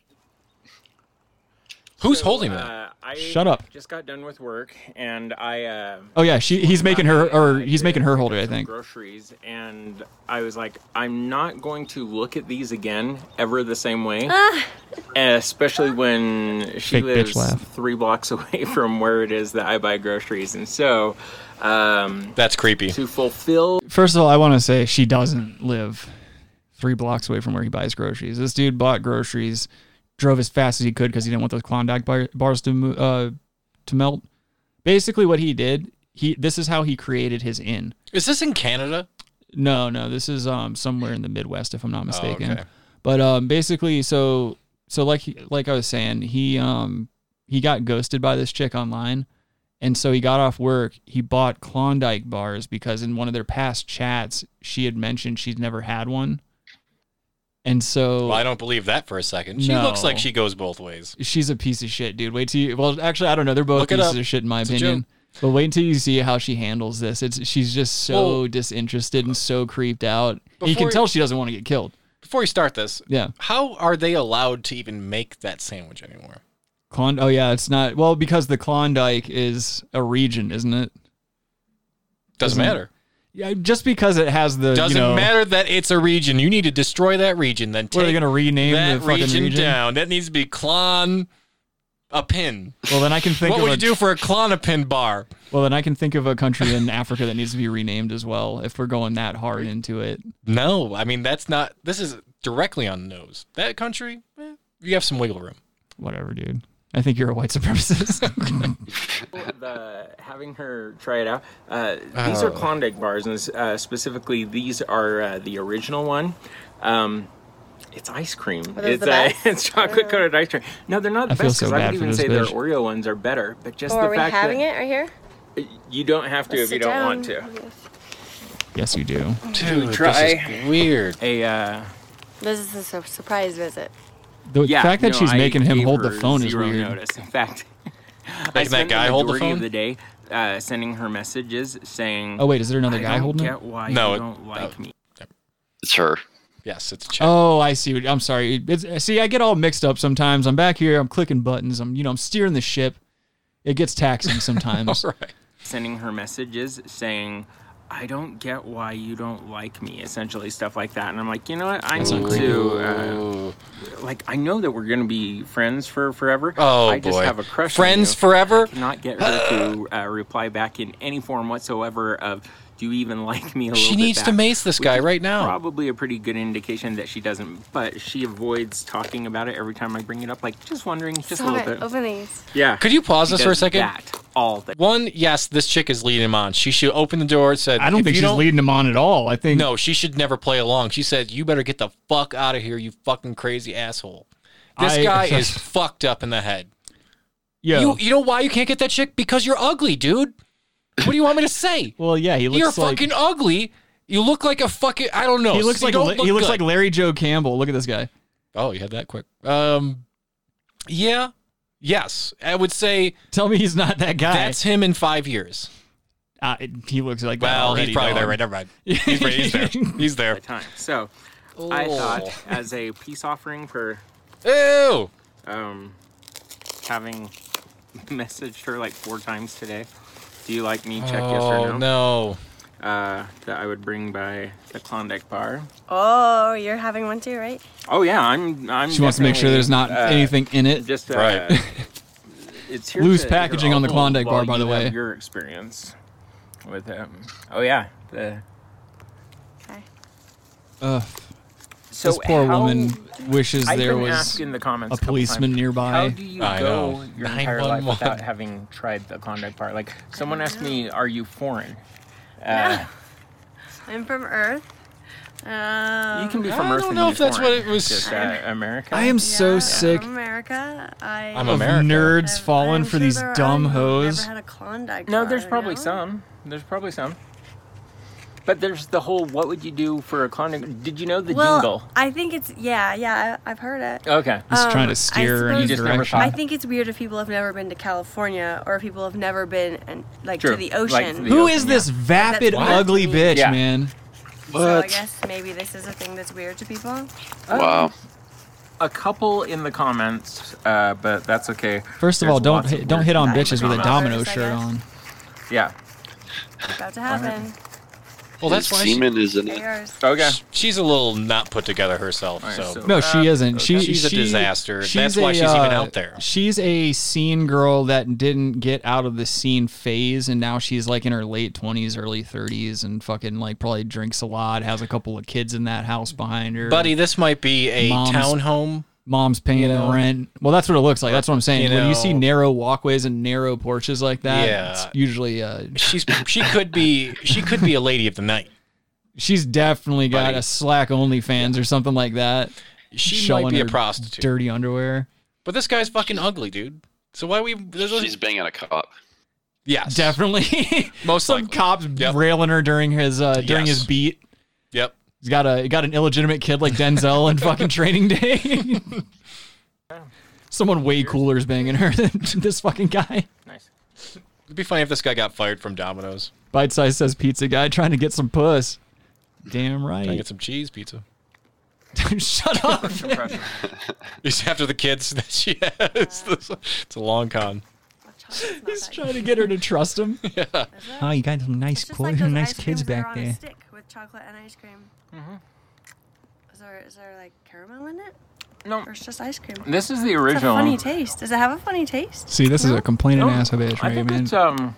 Who's holding that?
Uh, I
Shut up.
Just got done with work, and I. Uh,
Oh yeah, she he's making her or he's making her hold it. I think.
Groceries, and I was like, I'm not going to look at these again ever the same way. And especially when she
Fake bitch
lives
laugh.
three blocks away from where it is that I buy groceries, and so. Um,
That's creepy.
To fulfill
First of all, I want to say she doesn't live three blocks away from where he buys groceries. This dude bought groceries, drove as fast as he could because he didn't want those Klondike bar- bars to mo- uh, to melt. Basically, what he did, he this is how he created his inn.
Is this in Canada? Oh,
No, no, this is um somewhere in the Midwest, if I'm not mistaken.
okay.
But um, basically, so so like he- like I was saying, he um he got ghosted by this chick online, and so he got off work. He bought Klondike bars because in one of their past chats, she had mentioned she'd never had one, and so
Well, I don't believe that for a second. She
No.
looks like she goes both ways.
she's a piece of shit, dude. Wait till you. Well, actually, I don't know. They're both
Look it
pieces
up.
of shit in my
It's a
opinion.
joke.
But wait until you see how she handles this. It's she's just so
Well-
disinterested and so creeped out. You
Before-
can tell she doesn't want to get killed.
Before we start this,
Yeah.
how are they allowed to even make that sandwich anymore?
Klond- oh yeah, it's not well because the Klondike is a region, isn't it?
Doesn't
Doesn't-
matter.
Yeah, just because it has the Uh, you
Doesn't
know,
matter that it's a region. You need to destroy that region. Then take
What are they going to rename
that
the fucking region?
down. That needs to be clon a pin.
Well, then I can think
what
of
would
a,
you do for a clon a pin bar?
Well, then I can think of a country in Africa that needs to be renamed as well if we're going that hard into it.
No, I mean that's not. This is directly on the nose. That country, eh, you have some wiggle room.
Whatever, dude. I think you're a white supremacist.
the having her try it out. Uh, these are
Oh.
Klondike bars, and uh, specifically these are uh, the original one. Um, it's ice cream.
Are those
It's
the
uh,
best?
it's chocolate coated ice cream. No, they're not the
I feel
best
so
because I
bad for
would even
this
say their
bitch.
Oreo ones are better. But just
oh,
the
are we
fact
having
that
it right here?
you don't have to
Let's
if you
sit
don't
down.
want to.
yes, you do.
Dude,
try.
weird.
A uh,
This is a sur- surprise visit.
The
yeah,
fact that
no,
she's
I
making him
gave
hold the
her
phone is
zero
weird.
Notice. In fact, I
Making that
spent
guy
the
hold the
majority
phone?
of the day uh, sending her messages saying.
Oh, wait, is there another
I
guy
don't
holding it?
get Why
No,
you
it- oh.
don't like me?
It's her.
Yes, it's
Oh, I see. What, I'm sorry. It's, see, I get all mixed up sometimes. I'm back here. I'm clicking buttons. I'm you know I'm steering the ship. It gets taxing sometimes.
sending her messages saying, I don't get why you don't like me, essentially stuff like that. And I'm like, you know what? I
That's
need
not creepy.
to, uh, like, I know that we're going to be friends for forever.
Oh,
I just
boy.
have a crush
Friends
on you.
forever?
I cannot get her to uh, reply back in any form whatsoever of, do you even like me a little
She
bit
needs to
back?"
mace this
Which
guy
is
right now.
Probably a pretty good indication that she doesn't, but she avoids talking about it every time I bring it up. Like, just wondering, just a
Stop
little
it.
bit.
Open these.
Yeah.
Could you pause
She
this for a
does
second?
That all day.
One, yes, this chick is leading him on. She should open the door. and Said,
I don't
"If
think
you
she's
don't-
leading him on at all. I think
No, she should never play along. She said, "You better get the fuck out of here, you fucking crazy asshole." This
I-
guy is fucked up in the head.
Yo.
You, you know why you can't get that chick? Because you're ugly, dude. What do you want me to say?
Well, yeah, he looks
you're
like
fucking ugly. You look like a fucking I don't know.
he looks
You
like
don't
La-
look
he looks
good.
like Larry Joe Campbell. Look at this guy.
Oh, you had that quick. Um, yeah, yes, I would say
Tell me he's not that guy.
that's him in five years.
Uh, it- he looks like that
Well,
already,
he's probably
dog.
there right. Never mind. He's, right- he's there. He's there.
time. So I
Oh.
thought as a peace offering for
Ew.
um, having messaged her like four times today, do you like me? Check yes
Oh,
or no.
no.
Uh, that I would bring by the Klondike bar.
Oh, you're having one too, right?
Oh yeah, I'm. I'm
She wants to make sure
definitely,
there's not
uh,
anything in it.
Just uh,
Right.
it's here
Loose
to-
packaging
you're
on the
awful
Klondike bar,
while
by
you
the way.
have Your experience with him. Oh yeah. The,
Ugh.
So
this poor
how-
woman wishes
I've
there
been
was
asked in the comments
a
couple
policeman
times,
nearby.
How do you go your entire life
911.
without having tried the Klondike bar? Like someone asked me, "Are you foreign?" Uh,
I'm from Earth. Um,
you can be from Earth. and be foreign. Just, uh, America.
I am so sick.
I'm America. I,
of Nerds falling for these dumb hoes.
had a Klondike.
No, there's probably some. There's probably some. But there's the whole what would you do for a Klondike? Did you know the
well, uh,
jingle?
I think it's yeah, yeah. I, I've heard it. Um,
Okay.
He's trying to
I
steer in
suppose-
You just never direction.
I
thought.
think it's weird if people have never been to California or if people have never been and like
True.
to the
Like
ocean.
to the Who ocean, is this yeah. vapid, What? ugly bitch, Yeah. man?
So I
What?
guess maybe this is a thing that's weird to people.
Wow. A couple in the comments, uh, but that's okay.
First of
There's
all, don't
lots of
hit, don't
weird
hit on
people in the
bitches with a
comments.
domino shirt on.
Yeah.
About to happen.
Well, that's why she,
semen is in it.
Okay.
She's a little not put together herself. so. uh,
No, she isn't. She,
she's a
she-
disaster.
she's
that's why
a,
she's even
uh,
out there.
She's a scene girl that didn't get out of the scene phase, and now she's like in her late twenties, early thirties, and fucking like probably drinks a lot, has a couple of kids in that house behind her.
Buddy, this might be a
Mom's-
townhome.
Mom's paying
You know?
the rent. Well, that's what it looks like. That's what I'm saying.
You
when
know?
you see narrow walkways and narrow porches like that,
Yeah.
it's usually uh,
She's she could be she could be a lady of the night.
she's definitely got
Buddy.
a Slack OnlyFans or something like that.
She might
showing
be a
her
prostitute.
Dirty underwear.
But this guy's fucking ugly, dude. So why we? She's
banging a cop.
Yes,
Definitely.
Most
Some cops railing her during his uh, during
Yes.
his beat.
Yep.
He's got a he got an illegitimate kid like Denzel in fucking Training Day. Someone way cooler is banging her than this fucking guy.
It'd be funny if this guy got fired from Domino's.
Bite size says pizza guy trying to get some puss. Damn
Can I get
right.
some cheese pizza?
Shut up.
He's after the kids that she has. It's a long con.
He's trying to get her to trust him.
Yeah.
Oh, you got some nice,
Just
clo-
like those
nice
ice
kids
creams that are
back
on a
there.
stick with chocolate and ice cream. Mm-hmm. Is there is there like caramel in it?
No.
Or it's just ice cream.
This is the
It's a
original.
funny taste. Does it have a funny taste?
See, this is a complaining
No,
ass bitch,
I
right,
think
man?
it's um.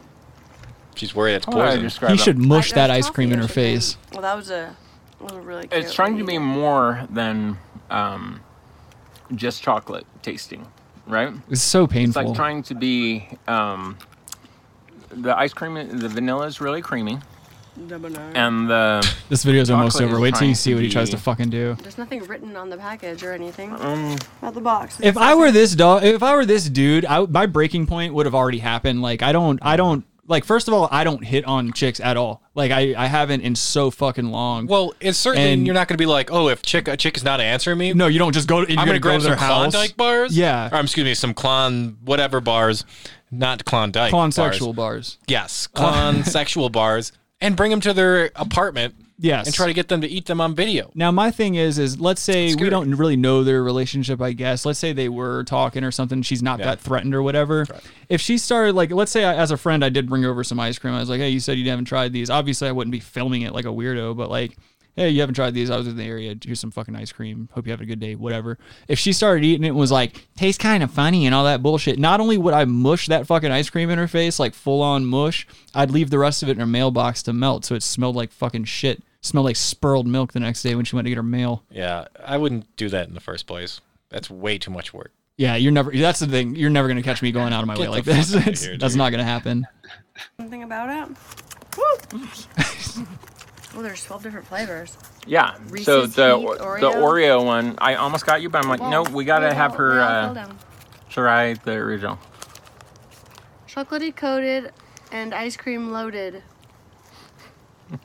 She's worried it's
How would I
poison.
describe
He
it?
should mush that ice cream in her face.
Well, that was a that was a really cute.
It's trying to be more than um, just chocolate tasting, right?
It's so
It's
painful.
like trying to be. Um, the ice cream, the vanilla is really creamy, and the
this video's almost
chocolate
over.
is
Wait till
trying
you see
to
what he
be-
tries to fucking do.
There's nothing written on the package or anything.
Um,
Out the box.
If I were this dog, if I were this dude, I, my breaking point would have already happened. Like I don't, I don't. Like first of all, I don't hit on chicks at all. Like I, I haven't in so fucking long.
Well, it's certainly
And-
you're not going to be like, oh, if chick a chick is not answering me,
no, you don't just go. To, you're
I'm
gonna,
going to grab
go to
some
their house.
Klondike bars.
Yeah.
or, um, excuse me, some Klon whatever bars, not Klondike.
Clonsexual
bars.
bars.
Yes,
Uh,
Klon sexual bars, and bring them to their apartment.
Yes.
and try to get them to eat them on video.
Now my thing is, is let's say we don't really know their relationship. I guess let's say they were talking or something. She's not that threatened or whatever. If she started like, let's say I, as a friend, I did bring over some ice cream. I was like, hey, you said you haven't tried these. Obviously, I wouldn't be filming it like a weirdo, but like. Hey, you haven't tried these. I was in the area. Here's some fucking ice cream. Hope you have a good day. Whatever. If she started eating it and was like, tastes kind of funny and all that bullshit, not only would I mush that fucking ice cream in her face, like full on mush, I'd leave the rest of it in her mailbox to melt so it smelled like fucking shit smelled like spurled milk the next day when she went to get her mail.
Yeah, I wouldn't do that in the first place. That's way too much work.
Yeah, you're never. That's the thing. You're never gonna catch me going out of my
Get
way
the
like
fuck
this.
outta
It's-
here,
that's
dude.
not gonna happen.
something about it. Woo! well, there's 12 different flavors.
Yeah.
Reese's
so the
Heath
the
Oreo.
Oreo one, I almost got you, but I'm like,
Whoa.
no, we gotta
Whoa,
have
whoa,
her
whoa, I fell
uh,
down.
try the original.
Chocolatey coated and ice cream loaded.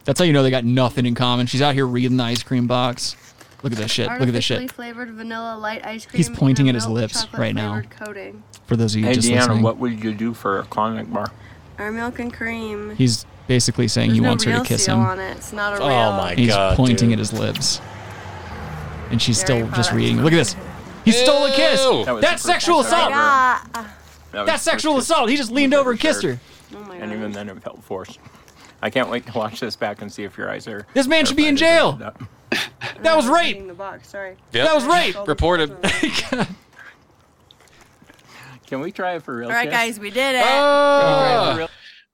That's how you know they got nothing in common. She's out here reading the ice cream box. Look at this shit. Look at this
Artificially
shit.
flavored vanilla light ice cream.
He's
in a
pointing at his
milk
lips
chocolate
right now.
flavored Coating.
For those of you
hey,
just
Deanna,
listening,
what would you do for a Klondike bar?
Our milk and cream.
he's basically saying
There's
he
no
wants her
real
to kiss
seal
him.
on it. It's not a
Oh
real.
my
He's
God,
pointing
dude.
at his lips, and she's still just reading. Look at this. He stole a kiss.
Ew. That was
That's
the first
sexual
kiss I
assault.
That was
That's
the first
sexual
kiss
assault. He just leaned
we've
over
ever
and kissed
shared.
her.
and even then, it felt forced. I can't wait to watch this back and see if your eyes are.
This man should be in jail. That was rape.
The box, sorry.
That was rape.
Reported.
Can we try it for real?
All right,
Kiss?
guys, we did it.
Ah.
Oh.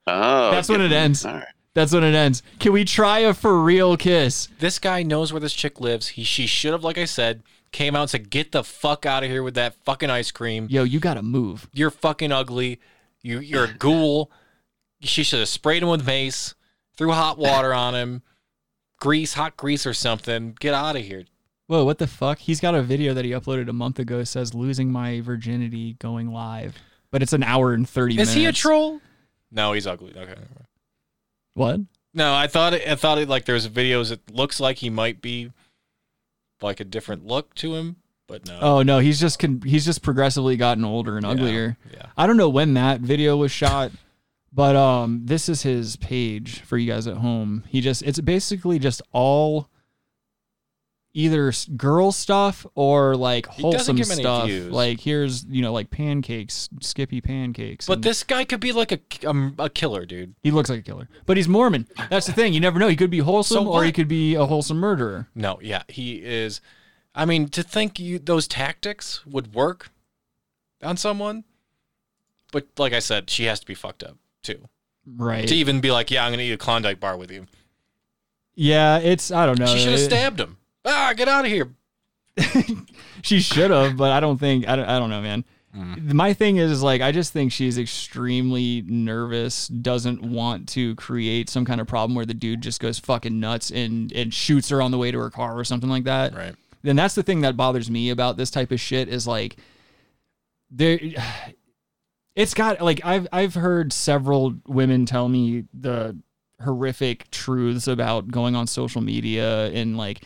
Oh,
That's when it ends. That's when it ends. Can we try a for real kiss?
This guy knows where this chick lives. He she should have, like I said, came out and said, "Get the fuck out of here with that fucking ice cream.
Yo, you gotta move.
You're fucking ugly. You you're a ghoul." She should have sprayed him with mace, threw hot water on him, grease, hot grease or something. Get out of here.
Whoa, what the fuck? He's got a video that he uploaded a month ago says losing my virginity going live. But it's an hour and 30 minutes.
Is he a troll? No, he's ugly. Okay. never mind.
What?
No, I thought it, I thought it like there's videos. It looks like he might be like a different look to him, but no.
Oh no, he's just con- he's just progressively gotten older and uglier. I don't know when that video was shot, but um this is his page for you guys at home. He just it's basically just all either s- girl stuff or like
He doesn't
wholesome
get many
stuff.
views.
Like here's, you know, like pancakes, Skippy pancakes.
But
and-
this guy could be like a um, a killer, dude.
he looks like a killer. But he's Mormon. That's the thing. You never know. He could be wholesome
So
or he
what?
could be a wholesome murderer.
No, yeah, he is. I mean, to think you those tactics would work on someone, but like I said, she has to be fucked up too
Right.
to even be like, yeah, I'm gonna eat a Klondike bar with you.
Yeah, it's I don't know.
she should have
It-
stabbed him. Ah, get out of here.
she should have, but I don't think I don't, I don't know, man. My thing is, is like I just think she's extremely nervous, doesn't want to create some kind of problem where the dude just goes fucking nuts and and shoots her on the way to her car or something like that.
Right.
Then that's the thing that bothers me about this type of shit is like there it's got like I've I've heard several women tell me the horrific truths about going on social media and like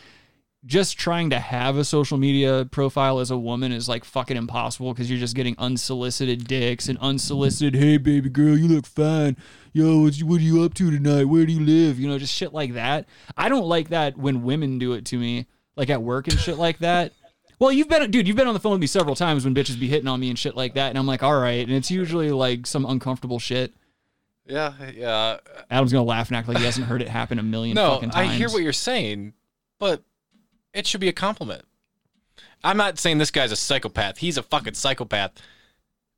just trying to have a social media profile as a woman is like fucking impossible because you're just getting unsolicited dicks and unsolicited hey baby girl you look fine yo what's, what are you up to tonight where do you live you know just shit like that i don't like that when women do it to me like at work and shit like that well, you've been, dude, you've been on the phone with me several times when bitches be hitting on me and shit like that. And I'm like, all right. And it's usually like some uncomfortable shit.
Yeah, yeah.
Adam's going to laugh and act like he hasn't heard it happen a million
no,
fucking times.
I hear what you're saying, but it should be a compliment. I'm not saying this guy's a psychopath. He's a fucking psychopath.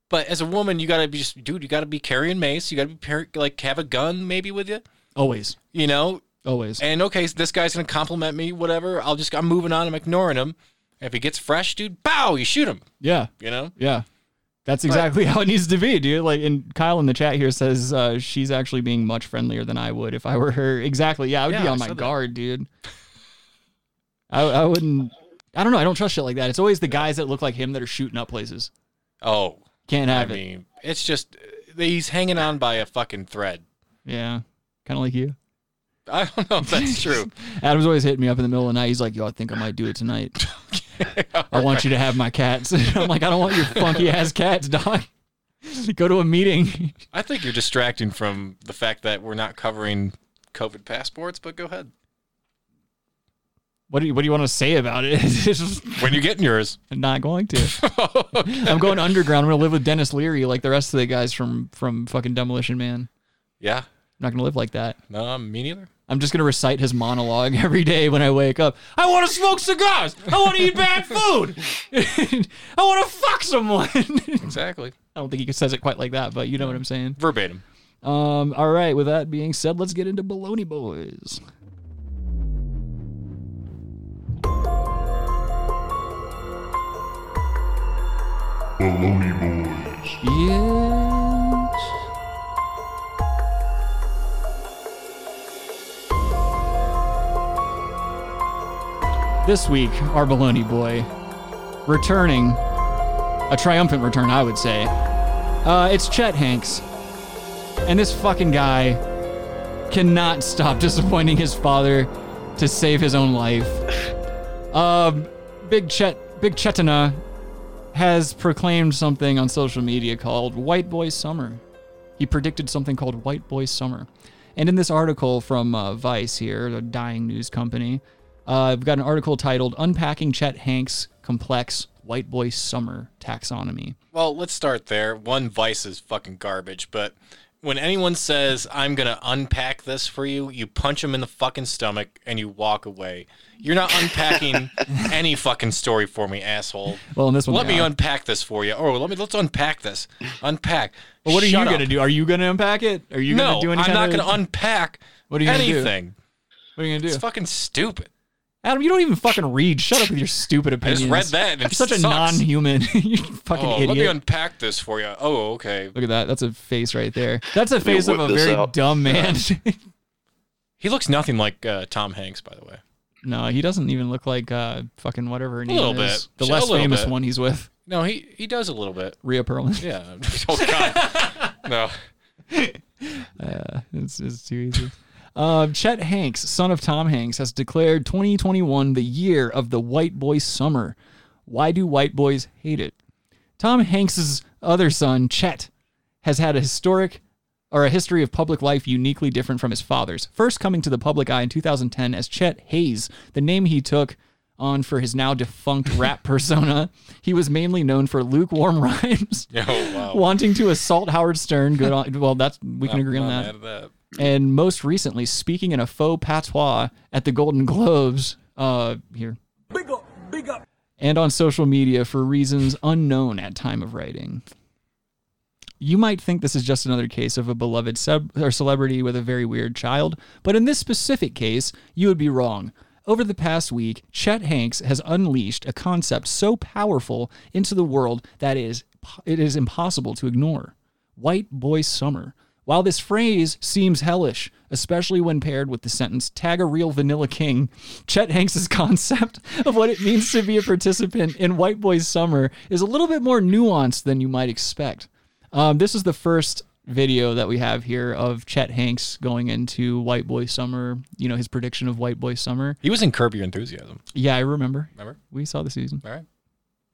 But as a woman, you gotta be just, dude. You gotta be carrying mace. You gotta be par- like have a gun maybe with you.
Always.
You know.
Always.
And okay, so this guy's gonna compliment me. Whatever. I'll just I'm moving on. I'm ignoring him. If he gets fresh, dude, bow. You shoot him.
Yeah.
You know.
Yeah. That's exactly how it needs to be, dude. Like, and Kyle in the chat here says uh, she's actually being much friendlier than I would if I were her. Exactly. Yeah, I would be
Yeah,
on
I
my
said that.
guard, dude. I, I wouldn't. I don't know. I don't trust shit like that. It's always the guys that look like him that are shooting up places.
Oh,
Can't have
I
it.
mean, it's just he's hanging on by a fucking thread.
Yeah. Kind of like you.
I don't know if that's true.
Adam's always hitting me up in the middle of the night. He's like, "Yo, I think I might do it tonight. I want you to have my cats." I'm like, "I don't want your funky ass cats, dog. Go to a meeting."
I think you're distracting from the fact that we're not covering COVID passports, but go ahead.
What do you What do you want to say about it? It's just-
When you getting yours?
I'm not going to. I'm going underground. I'm gonna live with Dennis Leary like the rest of the guys from from fucking Demolition Man.
Yeah.
I'm not gonna live like that.
No, me neither.
I'm just gonna recite his monologue every day when I wake up. I want to smoke cigars. I want to eat bad food. I want to fuck someone.
Exactly.
I don't think he says it quite like that, but you know what I'm saying.
Verbatim.
Um, all right, with that being said, let's get into Baloney Boys. Yes. This week, our Baloney Boy returning, a triumphant return, I would say. Uh, it's Chet Hanks. And this fucking guy cannot stop disappointing his father to save his own life. Um, Big Chet, Big Chetina has proclaimed something on social media called White Boy Summer. He predicted something called White Boy Summer. And in this article from uh, Vice here, the dying news company, uh, I've got an article titled Unpacking Chet Hanks' Complex White Boy Summer Taxonomy.
Well, let's start there. One vice is fucking garbage, but when anyone says I'm gonna unpack this for you, you punch them in the fucking stomach and you walk away. You're not unpacking any fucking story for me, asshole.
Well, in this one,
let
they
me
are.
unpack this for you. Or let me let's unpack this. Unpack.
Well, what are
Shut
you
up.
gonna do? Are you gonna unpack it? Are you
No,
gonna do any
I'm
kind
not
of-
gonna unpack
What are you gonna do?
anything.
What are you gonna do?
It's fucking stupid.
Adam, you don't even fucking read. Shut up with your stupid
I
opinions.
just read that and it
You're such a
sucks.
non-human. you fucking
oh,
idiot.
let me unpack this for you. Oh, okay.
Look at that. That's a face right there. That's a
Let me
face of
whip
a
this
very
out.
dumb man.
He looks nothing like uh, Tom Hanks, by the way.
no, he doesn't even look like uh, fucking whatever her
A
name
little bit.
is. The
Just a
less
little
famous
bit.
one he's with.
No, he he does a little bit.
Rhea Perlman.
Yeah. oh God. no.
Uh, it's, it's too easy. Uh, Chet Hanks, son of Tom Hanks, has declared 2021 the year of the white boy summer. Why do white boys hate it? Tom Hanks's other son, Chet, has had a historic or a history of public life uniquely different from his father's. First coming to the public eye in 2010 as Chet Hayes, the name he took on for his now defunct rap persona. He was mainly known for lukewarm rhymes,
Oh wow.
wanting to assault Howard Stern. Good on. Well, that's we can
I'm
agree on
not
that
mad at that.
and most recently speaking in a faux patois at the Golden Globes uh, here. Big up, big up. And on social media for reasons unknown at time of writing. You might think this is just another case of a beloved sub- or celebrity with a very weird child, but in this specific case, you would be wrong. Over the past week, Chet Hanks has unleashed a concept so powerful into the world that is it is impossible to ignore. White boy summer. While this phrase seems hellish, especially when paired with the sentence "tag a real vanilla king," Chet Hanks's concept of what it means to be a participant in White Boy Summer is a little bit more nuanced than you might expect. Um, this is the first video that we have here of Chet Hanks going into White Boy Summer. You know his prediction of White Boy Summer.
He was in Curb Your Enthusiasm.
Yeah, I remember.
Remember?
We saw the season.
All right.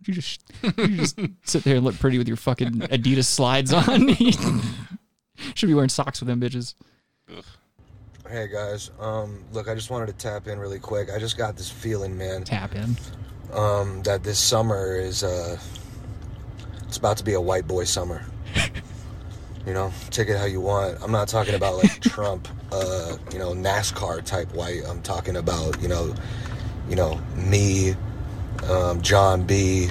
You just you just sit there and look pretty with your fucking Adidas slides on. Should be wearing socks with them bitches.
Hey guys, um, look, I just wanted to tap in really quick. I just got this feeling, man.
Tap in.
Um, that this summer is uh, it's about to be a white boy summer. you know, take it how you want. I'm not talking about like Trump, uh, you know, NASCAR type white. I'm talking about you know, you know, me, um, John B.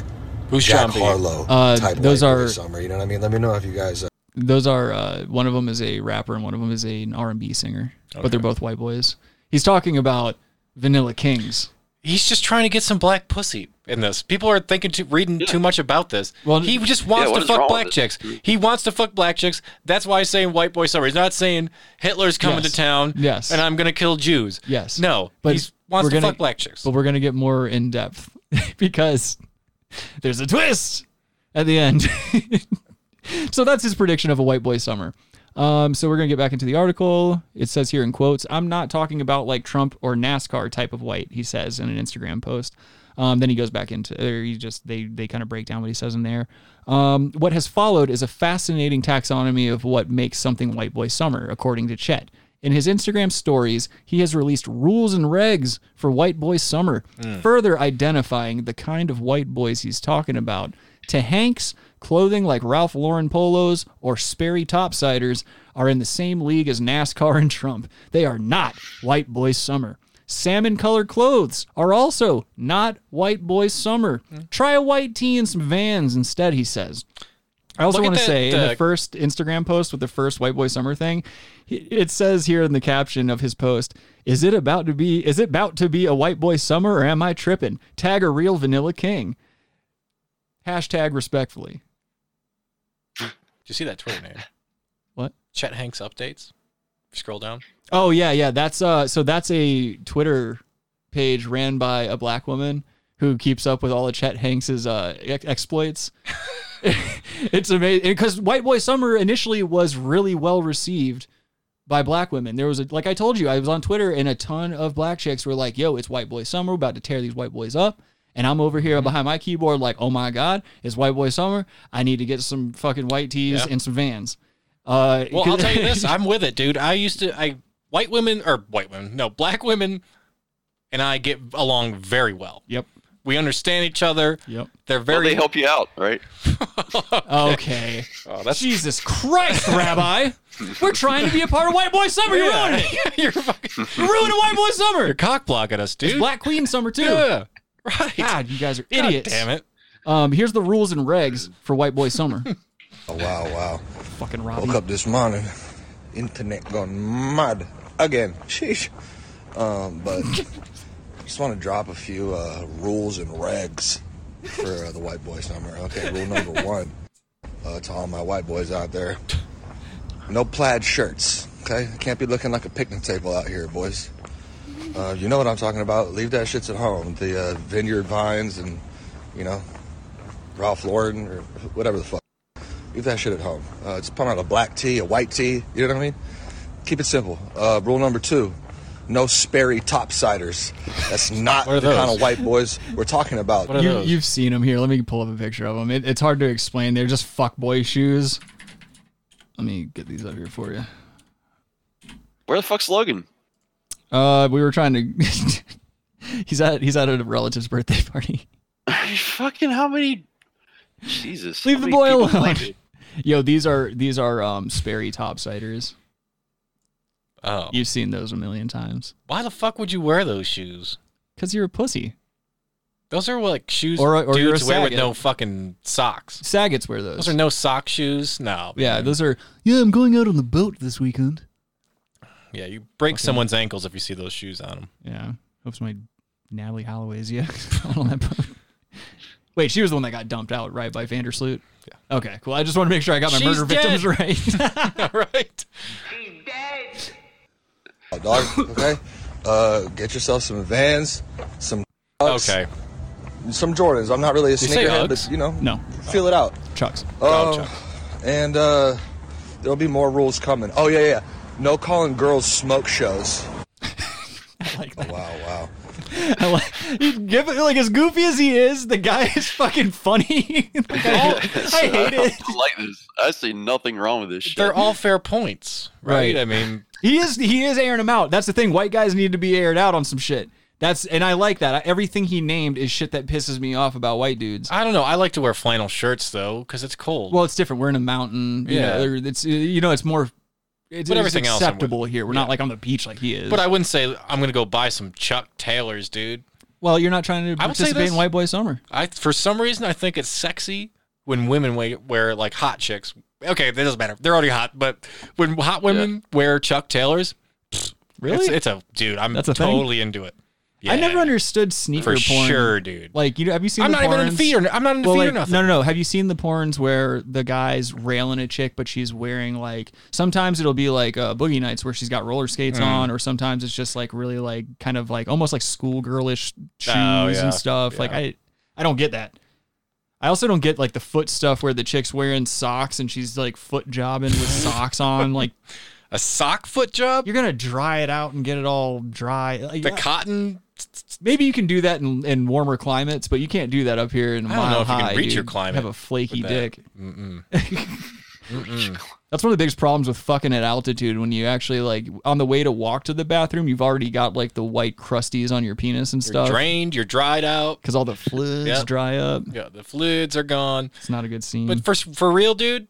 Who's
Jack
John B?
Harlow
Uh,
type
those
white boy
are-
summer. You know what I mean? Let me know if you guys. Uh,
Those are uh, one of them is a rapper and one of them is a, an R and B singer, but they're both white boys. He's talking about Vanilla Kings.
He's just trying to get some black pussy in this. People are thinking too, reading too much about this. Well, he just wants
Yeah, what
to
is wrong
fuck
with
black
it?
chicks. He wants to fuck black chicks. That's why he's saying white boy summer. He's not saying Hitler's coming
Yes.
to town.
Yes.
And I'm gonna kill Jews.
Yes.
No.
But
But he wants
we're
to
gonna-
fuck black chicks.
But we're gonna get more in depth because there's a twist at the end. so that's his prediction of a white boy summer. Um, so we're gonna get back into the article. It says here in quotes, "I'm not talking about like Trump or NASCAR type of white," he says in an Instagram post. Um, then he goes back into, or he just they they kind of break down what he says in there. Um, what has followed is a fascinating taxonomy of what makes something white boy summer, according to Chet. In his Instagram stories, he has released rules and regs for White Boy Summer,
Mm.
further identifying the kind of white boys he's talking about. To Hanks, clothing like Ralph Lauren polos or Sperry topsiders are in the same league as NASCAR and Trump. They are not White Boy Summer. Salmon colored clothes are also not White Boy Summer. Try a white tee and some vans instead, he says. I also
Look at
want to
that,
say in
uh,
the first Instagram post with the first White Boy Summer thing, he- it says here in the caption of his post, "Is it about to be? Is it about to be a White Boy Summer, or am I tripping? Tag a real Vanilla King." Hashtag respectfully.
Did you see that Twitter name?
What?
Chet Hanks updates. Scroll down.
Oh yeah, yeah. That's uh. So that's a Twitter page ran by a black woman who keeps up with all of Chet Hanks's uh, ex- exploits. it's amazing because White Boy Summer initially was really well received by black women. There was a like I told you, I was on Twitter and a ton of black chicks were like, "Yo, it's White Boy Summer. We're about to tear these white boys up." And I'm over
Mm-hmm.
here behind my keyboard like, "Oh my God, it's White Boy Summer. I need to get some fucking white tees
Yeah.
and some Vans." Uh,
Well, I'll tell you this. I'm with it, dude. I used to, I, white women, or white women, no, black women and I get along very well.
Yep.
We understand each other.
Yep.
They're very.
Well, they help you out, right?
Okay.
Oh, that's
Jesus Christ, Rabbi. We're trying to be a part of White Boy Summer. You're
Yeah.
ruining it. You're ruining White Boy Summer. You're
cock blocking us, dude.
It's Black Queen Summer too.
Yeah.
Right. God, you guys are
God
idiots.
damn it.
Um, here's the rules and regs for White Boy Summer.
Oh, wow, wow.
Fucking Robbie.
Woke up this morning. Internet gone mad again. Sheesh. Um, but just want to drop a few uh, rules and regs for uh, the white boy summer. Okay, rule number one uh, to all my white boys out there no plaid shirts. Okay, can't be looking like a picnic table out here, boys. Uh, you know what I'm talking about. Leave that shits at home. The uh, vineyard vines and, you know, Ralph Lauren or whatever the fuck. Leave that shit at home. Uh, just put on a black tea, a white tea. You know what I mean? Keep it simple. Uh, rule number two: no Sperry topsiders. That's not
What are
the kind
those?
of white boys we're talking about.
You, you've seen them here. Let me pull up a picture of them. It, it's hard to explain. They're just fuckboy shoes. Let me get these up here for you.
Where the fuck's Logan?
Uh, we were trying to. he's at he's at a relative's birthday party.
Fucking how many? Jesus.
Leave
how
the
many
boy
people
alone.
like it?
Yo, these are these are um Sperry topsiders.
Oh.
You've seen those a million times
Why the fuck would you wear those shoes?
because you're a pussy.
Those are like shoes
Or- or you're
dudes
a
wear with
saggot.
no fucking socks.
Saggets wear those.
Those are no sock shoes. No.
yeah, those are. Yeah, I'm going out on the boat this weekend.
Yeah, you break someone's ankles if you see those shoes on them.
Yeah, hopes my Natalie Holloway's yeah on that boat. Wait, she was the one that got dumped out, right, by Vandersloot? Yeah. Okay, cool. I just want to make sure I got my
She's
murder victims
dead.
right.
All right.
Uh, dog. Okay. Uh, get yourself some Vans, some. Uggs,
Okay.
Some Jordans. I'm not really a
Did you say
sneakerhead,
Uggs?
but you know,
No.
feel it out.
Chucks.
Oh,
Uh,
Chuck.
And uh, there'll be more rules coming. Oh yeah, yeah. No calling girls smoke shows. Oh, wow,
I like- you give it- like as goofy as he is, the guy is fucking funny. Like, I hate- I hate it.
don't like this. I see nothing wrong with this shit.
They're all fair points, right?
Right.
I mean,
He is he is airing him out. That's the thing. White guys need to be aired out on some shit. That's and I like that. I- Everything he named is shit that pisses me off about white dudes.
I don't know. I like to wear flannel shirts though, because it's cold.
Well, it's different. We're in a mountain. You
Yeah.
know, there- it's you know it's more. It's,
But
it's
everything else I'm with.
acceptable here. We're not like on the beach like he is.
but I wouldn't say I'm gonna go buy some Chuck Taylors, dude.
well, you're not trying to
I would say
participate in
this-
White Boy Summer.
I for some reason I think it's sexy when women wear, wear like hot chicks. Okay, that doesn't matter. They're already hot, but when hot women wear Chuck Taylors, pfft,
Really?
it's, it's a dude. I'm
That's a thing?
totally into it. Yeah,
I never understood sneaker
for
porn.
sure, dude.
Like you know, have you seen?
I'm
the
not even in
porns-
fear. I'm not in
Well,
fear.
like,
nothing.
No, no, no. Have you seen the porns where the guy's railing a chick, but she's wearing like sometimes it'll be like uh, boogie nights where she's got roller skates
Mm.
on, or sometimes it's just like really like kind of like almost like schoolgirlish shoes
Oh, yeah.
and stuff. Like
Yeah.
I, I don't get that. I also don't get like the foot stuff where the chick's wearing socks and she's like foot jobbing with socks on. Like
A sock foot job?
you're gonna dry it out and get it all dry. Like,
The
I-
cotton?
Maybe you can do that in, in warmer climates, but you can't do that up here in
I
mile
don't know if you
high.
can reach
dude.
your climate.
Have a flaky
with that.
dick.
Mm-mm.
That's one of the biggest problems with fucking at altitude when you actually like on the way to walk to the bathroom, you've already got like the white crusties on your penis and
You're
stuff
drained. You're dried out.
because all the fluids
Yep.
dry up.
Yeah, the fluids are gone.
It's not a good scene.
But for for real, dude,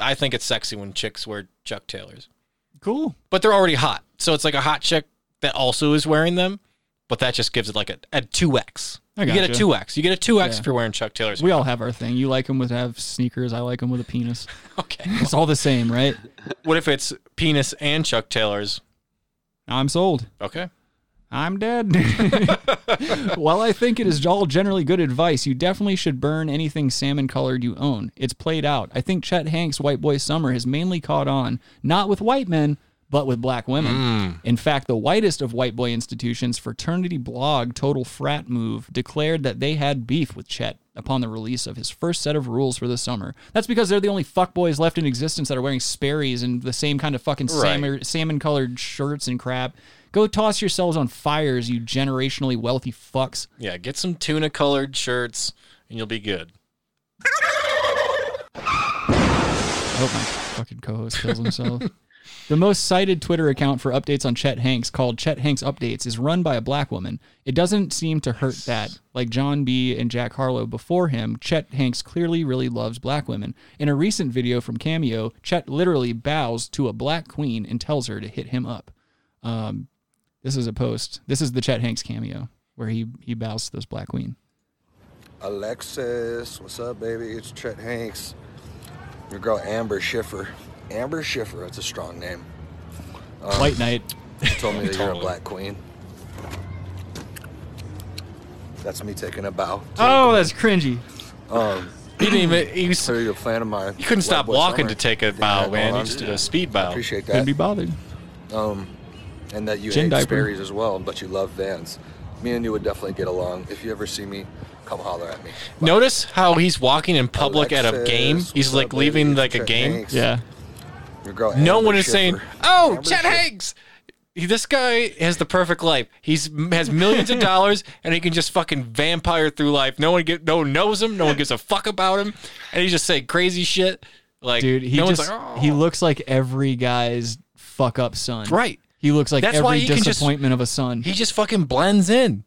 I think it's sexy when chicks wear Chuck Taylors.
cool.
But they're already hot, so it's like a hot chick that also is wearing them. But that just gives it like a a two X.
I
You get a
gotcha.
two X. You get a two X
Yeah.
if you're wearing Chuck Taylors.
We all have our thing. You like them with have sneakers. I like them with a penis.
Okay.
it's all the same, right?
What if it's penis and Chuck Taylors?
I'm sold.
Okay.
I'm dead. While I think it is all generally good advice, you definitely should burn anything salmon colored you own. It's played out. I think Chet Hanks' White Boy Summer has mainly caught on, not with white men, but with black women. In fact, the whitest of white boy institutions, fraternity blog Total Frat Move, declared that they had beef with Chet upon the release of his first set of rules for the summer. That's because they're the only fuckboys left in existence that are wearing Sperry's and the same kind of fucking
Right.
salmon, salmon colored shirts and crap. Go toss yourselves on fires, you generationally wealthy fucks.
Yeah, get some tuna colored shirts and you'll be good.
I hope my fucking co host kills himself. The most cited Twitter account for updates on Chet Hanks, called Chet Hanks Updates, is run by a black woman. It doesn't seem to hurt that, like John B. and Jack Harlow before him, Chet Hanks clearly really loves black women. In a recent video from Cameo, Chet literally bows to a black queen and tells her to hit him up. Um, this is a post. This is the Chet Hanks cameo where he he bows to this black queen.
Alexis, what's up, baby? It's Chet Hanks. Your girl Amber Schiffer. Amber Schiffer, that's a strong name. Um,
White Knight.
Told me that you're a
Totally.
black queen. That's me taking a bow.
Oh, that's cringy.
Um,
he didn't even. He was
a fan of mine.
He couldn't stop
White Boy
walking
Summer.
to take a
Thing I
bow,
had
man.
going
He
on.
just did a speed bow.
Appreciate that.
Couldn't be bothered.
Um, and that you
Gin
hate
diaper.
Sperry's as well, but you love Vans. Me and you would definitely get along. If you ever see me, come holler at me.
Notice how he's walking in public at a
Alexis,
game. He's
what's
like
up,
leaving
baby?
like a
Chet
game.
Hanks. Yeah. Your girl.
No
Amber
one is
Schiffer.
saying, "Oh,
Amber
Chet
Schiffer.
Hanks." He- This guy has the perfect life. He's has millions of dollars, and he can just fucking vampire through life. No one get, no one knows him. No one gives a fuck about him, and he just say crazy shit. Like
Dude, he
no one's
just
like, "Oh."
he looks like every guy's fuck up son.
Right.
He looks like
That's why
every
he can just-
disappointment of a son.
He just fucking blends in.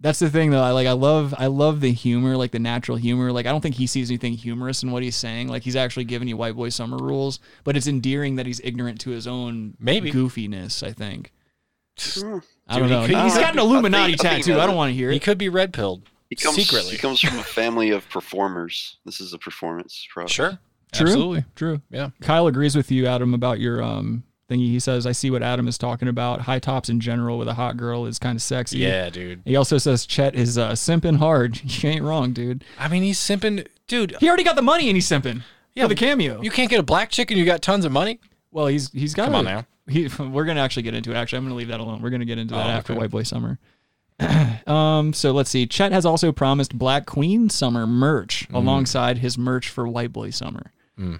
That's the thing though. I like I love I love the humor, like the natural humor. Like I don't think he sees anything humorous in what he's saying. Like he's actually giving you white boy summer rules, but it's endearing that he's ignorant to his own
Maybe.
goofiness, I think.
Mm.
I don't know.
he could-
he's
I
got an
think-
Illuminati
I think- I think
tattoo. I
that's
don't
it.
want to hear it.
He could be red pilled
He comes,
secretly.
He comes from a family of performers. This is a performance product.
Sure.
True.
Absolutely.
True.
Yeah.
Kyle agrees with you, Adam, about your um thingy. He says, I see what Adam is talking about. High tops in general with a hot girl is kind of sexy.
Yeah, dude.
He also says Chet is uh, simping hard. You ain't wrong, dude.
I mean, he's simping, dude.
He already got the money and he's simping. Yeah, the cameo.
You can't get a black chick and you got tons of money.
Well, he's he's got.
Come on
a-
now.
He, we're gonna actually get into it. Actually, I'm gonna leave that alone. We're gonna get into that
Oh,
after
okay.
White Boy Summer. um. So let's see. Chet has also promised Black Queen Summer merch alongside his merch for White Boy Summer.
Mm-hmm.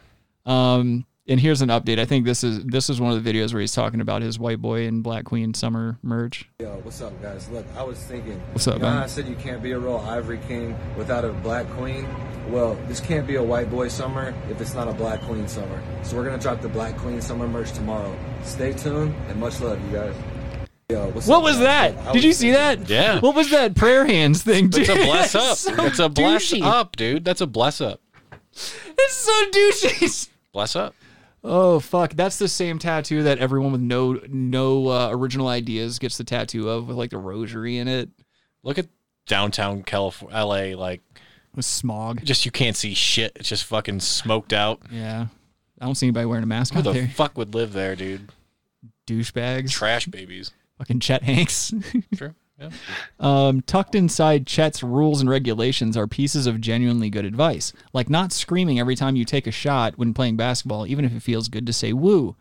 Mm.
Um. And here's an update. I think this is this is one of the videos where he's talking about his White Boy and Black Queen Summer merch.
Yo, what's up, guys? Look, I was thinking.
What's up,
you know how
man?
I said you can't be a real Ivory King without a black queen? Well, this can't be a white boy summer if it's not a black queen summer. So we're gonna drop the black queen summer merch tomorrow. Stay tuned and much love, you guys. Yo, what's
What
up,
was
guys? Look, I
that? Did you see that?
Yeah.
What was that prayer hands thing? Dude?
It's a bless up.
That's so
it's a bless
douchey.
up, dude. That's a bless up.
It's so douchey.
Bless up.
Oh fuck! That's the same tattoo that everyone with no no uh, original ideas gets the tattoo of, with like the rosary in it.
Look at downtown California, LA. Like
with smog.
Just you can't see shit. It's just fucking smoked out.
Yeah, I don't see anybody wearing a mask
Who
out
the
there.
fuck would live there, dude?
Douchebags.
Trash babies.
Fucking Chet Hanks.
Sure. Yeah.
Um, tucked inside Chet's rules and regulations are pieces of genuinely good advice, like not screaming every time you take a shot when playing basketball, even if it feels good to say woo,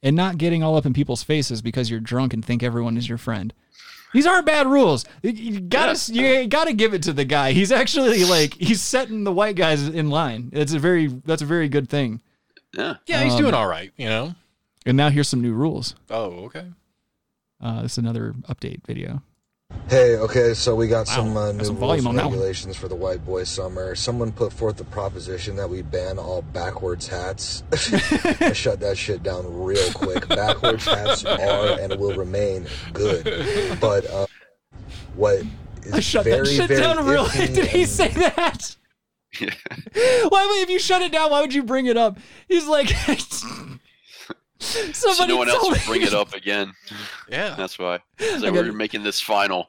and not getting all up in people's faces because you're drunk and think everyone is your friend. These aren't bad rules. You- You gotta, you gotta give it to the guy. He's actually like he's setting the white guys in line. It's a very that's a very good thing.
Yeah.
Yeah, he's
Um,
doing all right. You know.
And now here's some new rules.
Oh, okay.
Uh, this is another update video.
Hey, okay, so we got some
Wow,
uh,
that's
new
some
rules
volume on
and
that one.
regulations for the white boy summer. Someone put forth the proposition that we ban all backwards hats. I shut that shit down real quick. backwards hats are and will remain good, but uh, what is
I shut
very,
that shit
very
down real.
iffy
Did he say that? why would if you shut it down? Why would you bring it up? He's like,
so
somebody
no one else
told
will
me.
bring it up again.
Yeah.
That's why. It's
I
like
got-
we're making this final.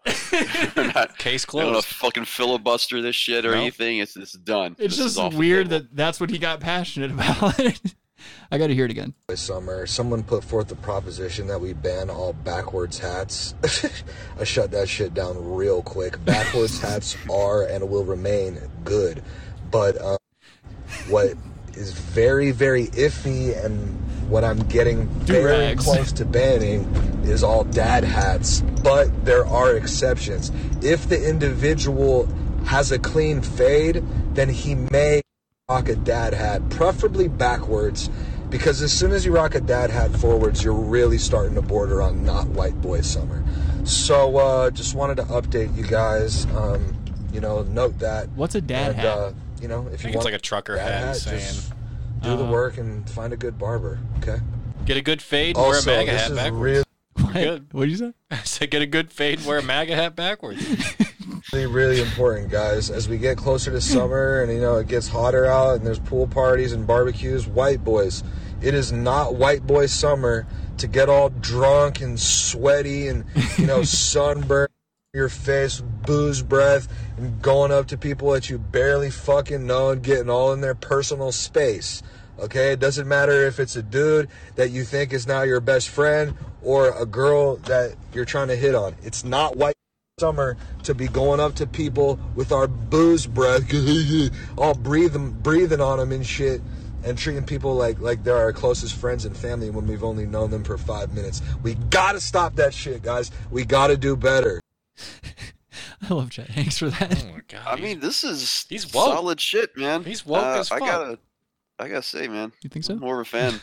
We're not,
Case
I don't want
closed.
to fucking filibuster this shit or
No.
anything. It's, it's done.
It's
This is off
just
the
weird that that's what he got passionate about. I got to hear it again.
This summer, someone put forth the proposition that we ban all backwards hats. I shut that shit down real quick. Backwards hats are and will remain good, but uh, what is very, very iffy and what I'm getting very
Do-rags.
close to banning is all dad hats, but there are exceptions. If the individual has a clean fade, then he may rock a dad hat, preferably backwards, because as soon as you rock a dad hat forwards, you're really starting to border on not white boy summer. So, uh, just wanted to update you guys. Um, you know, note that.
What's a dad
and,
hat?
Uh, you know, if
I think
you
it's
want
like a trucker
dad
hat.
hat,
saying
just do the
Uh,
work and find a good barber. Okay.
Get a good fade, wear a
Also,
MAGA
this
hat
is
backwards. You're
real-
Good.
What'd you say?
I said, get a good fade, wear a MAGA hat backwards.
really, really important, guys. As we get closer to summer and you know it gets hotter out and there's pool parties and barbecues, white boys, it is not white boy summer to get all drunk and sweaty and you know sunburn your face, booze breath, and going up to people that you barely fucking know and getting all in their personal space. Okay, it doesn't matter if it's a dude that you think is now your best friend or a girl that you're trying to hit on. It's not white summer to be going up to people with our booze breath, all breathing, breathing on them and shit, and treating people like like they're our closest friends and family when we've only known them for five minutes. We gotta stop that shit, guys. We gotta do better.
I love Chad Hanks for that.
Mm. I mean, this is
he's
woke.
solid shit, man.
He's woke
Uh,
as
I
fuck.
gotta, I gotta say, man.
You think so?
more of a fan.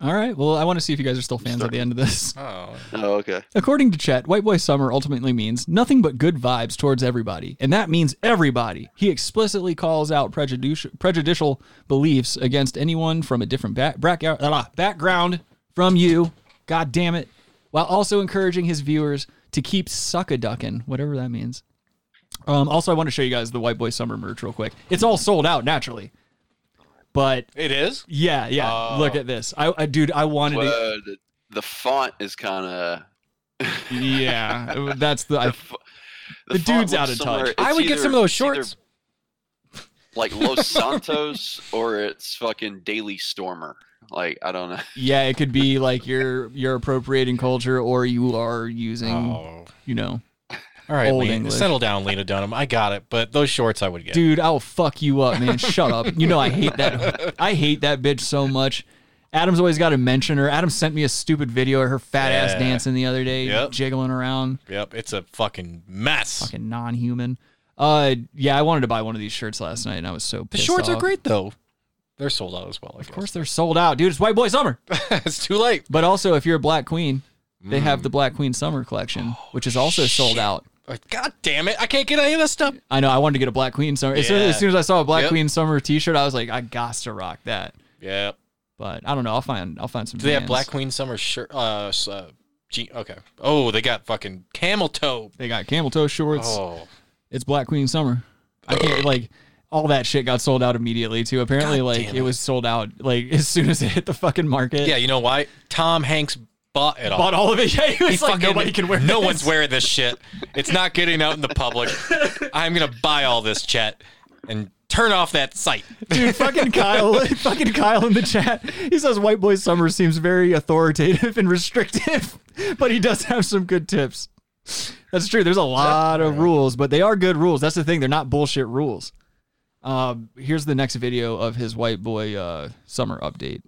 All right. Well, I want to see if you guys are still fans at the end of this.
Oh.
Oh, okay.
According to Chet, White Boy Summer ultimately means nothing but good vibes towards everybody, and that means everybody. He explicitly calls out prejudicial, prejudicial beliefs against anyone from a different back, brack, ah, background from you. God damn it. While also encouraging his viewers to keep suckaducking, whatever that means. Um, also, I want to show you guys the White Boy Summer merch real quick. It's all sold out naturally, but
It is?
yeah, yeah.
Oh.
look at this. I, I dude, I wanted
Well,
to.
the, the font is kind of
Yeah, that's the. I,
the
the
font
dude's
looks
out of
somewhere-
touch.
it's I would get either- some of those it's either-
shorts.
like Los Santos or it's fucking Daily Stormer. Like I don't know.
Yeah, it could be like you're you're appropriating culture, or you are using,
Oh.
you know.
All right,
old
Lena,
English.
settle down, Lena Dunham. I got it, but those shorts I would get.
Dude, I'll fuck you up, man. Shut up. You know I hate that. I hate that bitch so much. Adam's always got to mention her. Adam sent me a stupid video of her fat ass
Yeah.
dancing the other day,
Yep.
jiggling around.
Yep, it's a fucking mess.
Fucking non-human. Uh, yeah, I wanted to buy one of these shirts last night, and I was so
The
pissed
shorts are
off.
great though. They're sold out as well. I
Of course, they're sold out, dude. It's White Boy Summer.
it's too late. Mm.
But also, if you're a Black Queen, they have the Black Queen Summer collection,
Oh,
which is also sold out.
guess. God damn it! I can't get any of this stuff.
I know. I wanted to get a Black Queen Summer. As, soon, as
Yeah.
soon as I saw a Black
Yep.
Queen Summer T-shirt, I was like, I got to rock that.
Yep.
But I don't know. I'll find. I'll find some.
Do they have
Vans.
Black Queen Summer shirt? Uh, s- uh, G- okay. Oh, they got fucking camel toe.
They got camel toe shorts.
Oh.
It's Black Queen Summer. I can't like. All that shit got sold out immediately too. Apparently,
God
like
damn
it was sold out like as soon as it hit the fucking market.
Yeah, you know why? Tom Hanks bought it all.
Bought all of it. Yeah, he was like, "Nobody can wear
No
this."
one's wearing this shit. It's not getting out in the public. I'm gonna buy all this, chat, and turn off that site.
Dude, fucking Kyle, fucking Kyle in the chat. He says White Boy Summer seems very authoritative and restrictive, but he does have some good tips. That's true. There's a lot of rules, but they are good rules. That's the thing. They're not bullshit rules. Um, here's the next video of his White Boy uh, Summer update.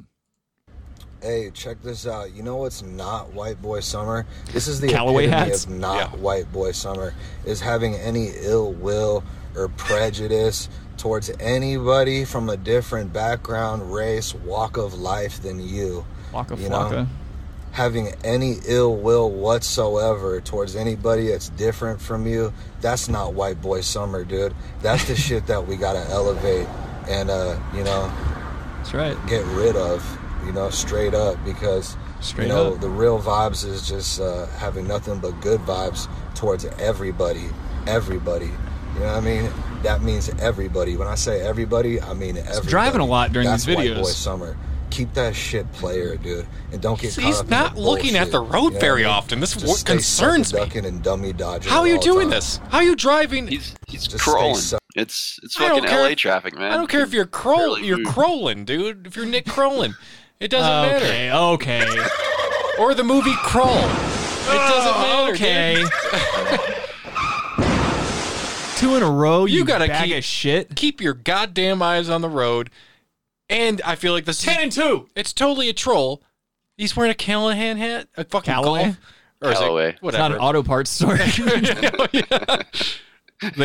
Hey, check this out. You know what's not white boy summer? This is the
Callaway
epitome
hats?
of not white boy summer. Is having any ill will or prejudice towards anybody from a different background, race, walk of life than you.
Walk of
you
flocka.
having any ill will whatsoever towards anybody that's different from you, that's not white boy summer, dude. That's the shit that we gotta elevate and uh, you know
That's right.
Get rid of, you know, straight up because
Straight
you know,
up.
the real vibes is just uh, having nothing but good vibes towards everybody. Everybody. You know what I mean? That means everybody. When I say everybody, I mean everybody.
driving a lot during
That's
these
white
videos.
boy summer. Keep that shit player, dude, and don't get.
He's-
caught
he's
up in
not
the
looking at
bullshit,
the road
you know
very
what I mean?
often. This
Just
wor-
stay
concerns me.
sucking, ducking and dummy dodging.
How
at
are you
all
doing
times.
this? How are you driving? He's
he's
Just stay
crawling.
su-
It's it's
I don't
fucking
care
LA
if-
traffic, man.
I don't care if you're crawl, you're crawling, dude. If you're Nick Crowlin, it doesn't
Okay,
matter.
okay.
Or the movie Crawl. It doesn't matter.
Oh, okay.
dude.
Two in a row. You,
gotta
bag
keep-
of shit.
Keep your goddamn eyes on the road. And I feel like this ten and two. It's totally a troll. He's wearing a Callahan hat, a fucking
Callaway?
golf, or is it
Callaway. It's
It's not
whatever?
an auto parts store.
They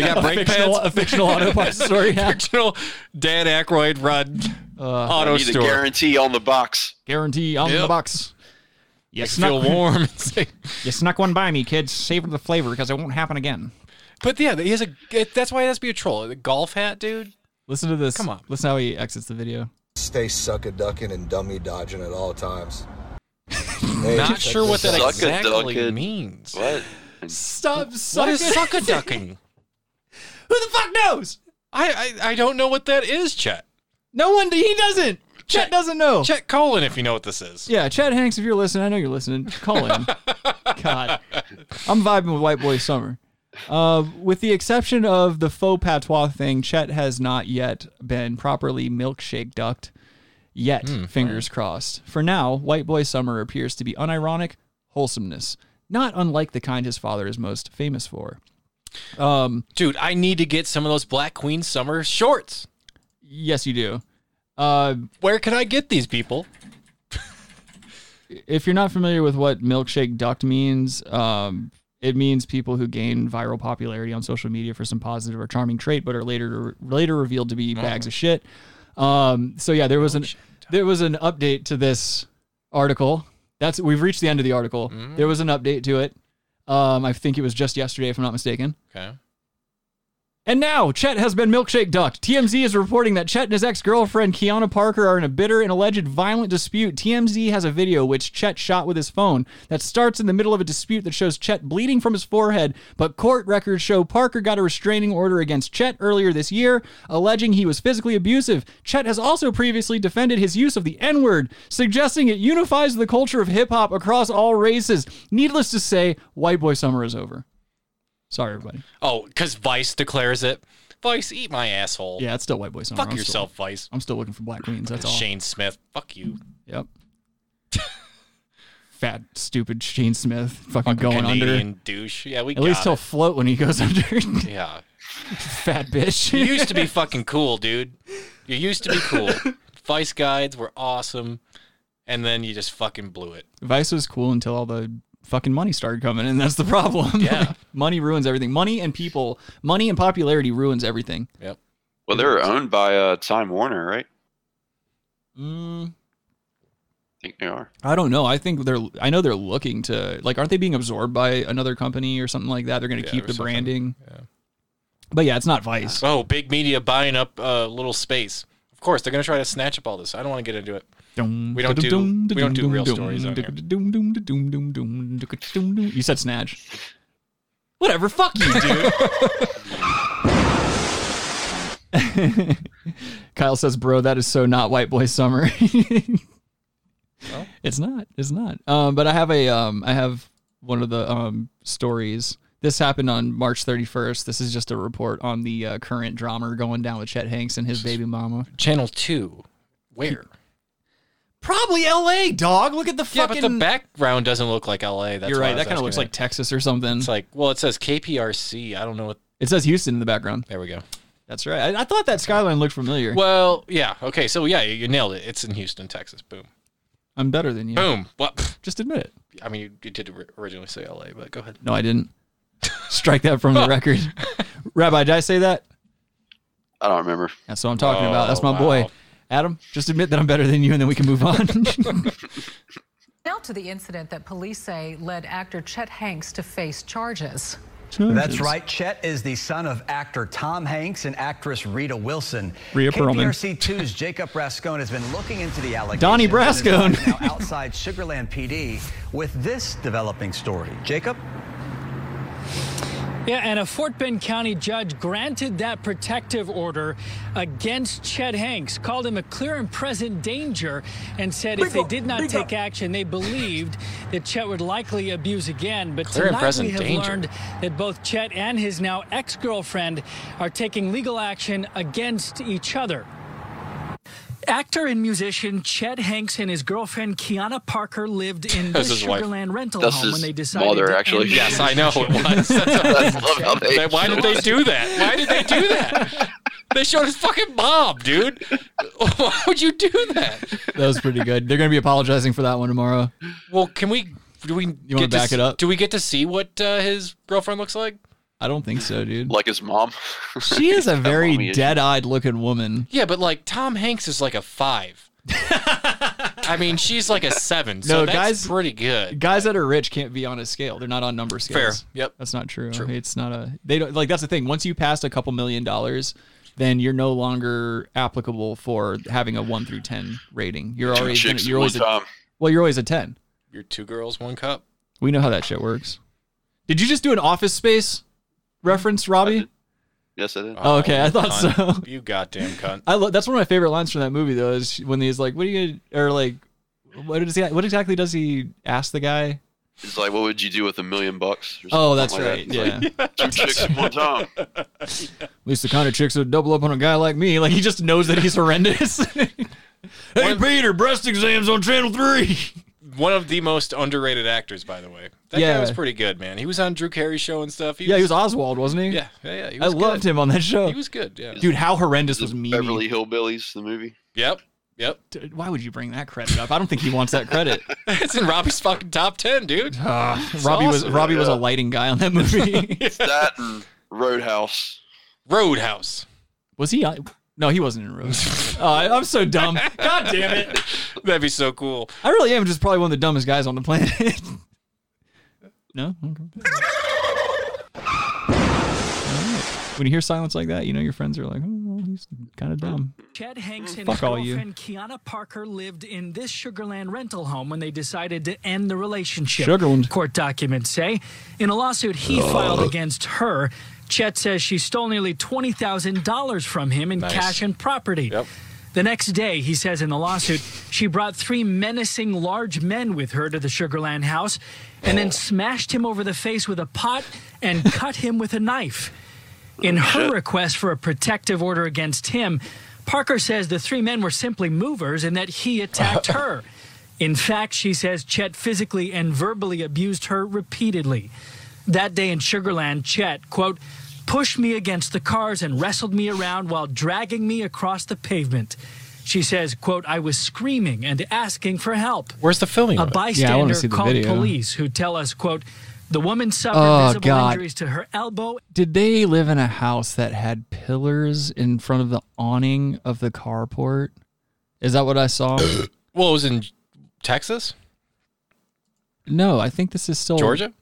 got
A
brake
fictional-
pads.
a fictional auto parts store, yeah. Uh,
Fictional Dan Aykroyd run auto
I need
store.
a guarantee on the box.
Guarantee on the
Yep.
box. You
Makes me feel warm.
you snuck one by me, kids. Save the flavor because it won't happen again.
But yeah, he has a. It, that's why it has to be a troll. The golf hat, dude.
Listen to this.
Come on.
Listen how he exits the video.
stay suck a ducking and dummy dodging at all times. Hey,
Not
check
sure what
this
that
out.
exactly means.
What?
Stop
What is
suck
sucker
a
ducking?
Who the fuck knows?
I, I I don't know what that is, Chet.
No one. He doesn't. Chet doesn't know.
Chet Colin, if you know what this is.
Yeah, Chad Hanks, if you're listening, I know you're listening. Call in. God, I'm vibing with White Boy Summer. Uh, with the exception of the faux patois thing, Chet has not yet been properly milkshake ducked. Yet,
Hmm,
fingers crossed. For now, White Boy Summer appears to be unironic wholesomeness, not unlike the kind his father is most famous for. Um,
Dude, I need to get some of those Black Queen summer shorts.
Yes, you do. Uh,
Where can I get these people?
if you're not familiar with what milkshake ducked means, um, it means people who gain viral popularity on social media for some positive or charming trait, but are later later revealed to be bags of shit. Um, so yeah, there was an there was an update to this article. That's we've reached the end of the article. There was an update to it. Um, I think it was just yesterday, if I'm not mistaken.
Okay.
And now, Chet has been milkshake ducked. TMZ is reporting that Chet and his ex girlfriend, Kiana Parker, are in a bitter and alleged violent dispute. TMZ has a video which Chet shot with his phone that starts in the middle of a dispute that shows Chet bleeding from his forehead, but court records show Parker got a restraining order against Chet earlier this year, alleging he was physically abusive. Chet has also previously defended his use of the N word, suggesting it unifies the culture of hip hop across all races. Needless to say, White Boy Summer is over. Sorry, everybody.
Oh, because Vice declares it. Vice, eat my asshole.
Yeah, it's still White Boy Summer.
Fuck
I'm still-
yourself, Vice.
I'm still looking for black queens. That's all.
Shane Smith. Fuck you.
Yep. Fat, stupid Shane Smith, fucking, going
Canadian
under.
douche. Yeah, we
At least
got
he'll
it.
float when he goes under.
Yeah.
Fat bitch.
You used to be fucking cool, dude. You used to be cool. Vice guides were awesome, and then you just fucking blew it.
Vice was cool until all the fucking money started coming in. That's the problem.
Yeah.
money ruins everything. Money and people, money and popularity ruins everything.
Yep.
Well, they're owned by uh, Time Warner, right?
Mm,
I think they are.
I don't know. I think they're. I know they're looking to like. Aren't they being absorbed by another company or something like that? They're going to
Yeah,
keep
or
the
something.
branding. But yeah, it's not Vice.
Oh, big media buying up uh, little space. Of course, they're gonna try to snatch up all this. I don't want to get into it. We don't do we don't do real stories on here.
here. You said snatch. Whatever, fuck you, dude. Kyle says, "Bro, that is so not white boy summer." It's not. It's not. Um, but I have a um, I have one of the um stories. This happened on March 31st. This is just a report on the uh, current drama going down with Chet Hanks and his baby mama.
Channel Two, where?
Probably L.A. Dog. Look at the
Yeah,
fucking.
but the background doesn't look like L.A. That's
You're
why I
right.
was
That kind of
asking
looks like Texas or something.
It's like, well, it says KPRC. I don't know what.
It says Houston in the background.
There we go.
That's right. I, I thought that skyline looked familiar.
Well, yeah. Okay, so yeah, you, you nailed it. It's in Houston, Texas. Boom.
I'm better than you.
Boom. What?
Just admit it.
I mean, you, you did ri- originally say L.A., but go ahead.
No, I didn't. Strike that
Oh.
from the record. Rabbi, did I say that?
I don't remember.
That's what I'm talking about. That's
Oh,
my boy.
wow.
Adam, just admit that I'm better than you and then we can move on.
Now to the incident that police say led actor Chet Hanks to face charges.
That's right. Chet is the son of actor Tom Hanks and actress Rita Wilson.
Rhea Perlman.
KPRC2's Jacob Rascone has been looking into the allegations.
Donnie
and is live
Brascone.
now outside Sugarland PD with this developing story. Jacob?
Yeah, and a Fort Bend County judge granted that protective order against Chet Hanks, called him a clear and present danger, and said if they did not take action, they believed that Chet would likely abuse again. But
Clear and
tonight
present
we have
danger.
learned that both Chet and his now ex-girlfriend are taking legal action against each other. Actor and musician Chet Hanks and his girlfriend Kiana Parker lived in
That's
this
his wife.
Sugarland rental
That's
home when
his
they decided
mother,
to end
actually.
their
Yes, I know it
relationship.
was. That's- I love how they-
Then Why did they do that? Why did they do that? They showed his fucking mom, dude. Why would you do that?
that was pretty good. They're going to be apologizing for that one tomorrow.
Well, can we? Do we? You
wanna back it up?
Do we get to see what uh, his girlfriend looks like?
I don't think so, dude.
Like his mom.
She is a
That mommy
very
is-
dead eyed looking woman.
Yeah, but like Tom Hanks is like a five. I mean, she's like a seven. So
No,
that's
guys-
pretty good.
Guys that are rich can't be on a scale. They're not on number scales.
Fair. Yep.
That's not true. It's not a. They don't like. That's the thing. Once you pass a couple million dollars, then you're no longer applicable for having a one through ten rating. You're
Two
always
chicks um,
you're
at
always
one
a,
time.
well, you're always a ten.
You're two girls, one cup.
We know how that shit works. Did you just do an Office Space reference, Robbie?
Yes, I did.
Oh, okay, I thought so.
You goddamn cunt.
I lo- that's one of my favorite lines from that movie though. Is when he's like, "What are you gonna?" or like, "What does he? What exactly does he ask the guy?"
It's like, what would you do with a million bucks? or
Oh,
something
that's
like
right.
that.
Yeah.
It's like, two chicks at one time.
At least the kind of chicks that would double up on a guy like me. Like he just knows that he's horrendous. hey, Peter, breast exams on Channel Three.
One of the most underrated actors, by the way. That
Yeah.
guy was pretty good, man. He was on Drew Carey's show and stuff.
yeah, he was Oswald, wasn't he?
Yeah, yeah, yeah. He
I
was
loved
good.
him on that show.
He was good. Yeah,
Dude, how horrendous was Mimi?
Beverly Hillbillies, the movie.
Yep. Yep.
Why would you bring that credit up? I don't think he wants that credit.
it's in Robbie's fucking top ten, dude.
Uh,
It's
Robbie was
awesome.
Robbie was a lighting guy on that movie.
It's that and Roadhouse.
Roadhouse.
was he? on- No, he wasn't in Rose. uh, I'm so dumb. God damn it!
That'd be so cool.
I really am just probably one of the dumbest guys on the planet. no. Okay. When you hear silence like that, you know your friends are like, "Oh, he's kind of dumb."
Chet Hanks and his
Fuck all you.
girlfriend Kiana Parker lived in this Sugarland rental home when they decided to end the relationship.
Sugarland.
Court documents say. In a lawsuit he filed against her, Chet says she stole nearly $20,000 from him in
Nice.
cash and property. The next day, he says in the lawsuit, she brought three menacing large men with her to the Sugarland house and
Oh.
then smashed him over the face with a pot and cut him with a knife. In
Oh,
her request for a protective order against him, Parker says the three men were simply movers and that he attacked her. In fact, she says Chet physically and verbally abused her repeatedly. That day in Sugarland, Chet, quote, pushed me against the cars and wrestled me around while dragging me across the pavement. She says, quote, I was screaming and asking for help.
Where's the filming?
A
of it?
Yeah, I wanna
bystander
see the
called
video.
police who tell us, quote, the woman suffered
Oh,
visible
God.
injuries to her elbow
Did they live in a house that had pillars in front of the awning of the carport? Is that what I saw?
Well, it was in Texas,
no, I think this is still
Georgia.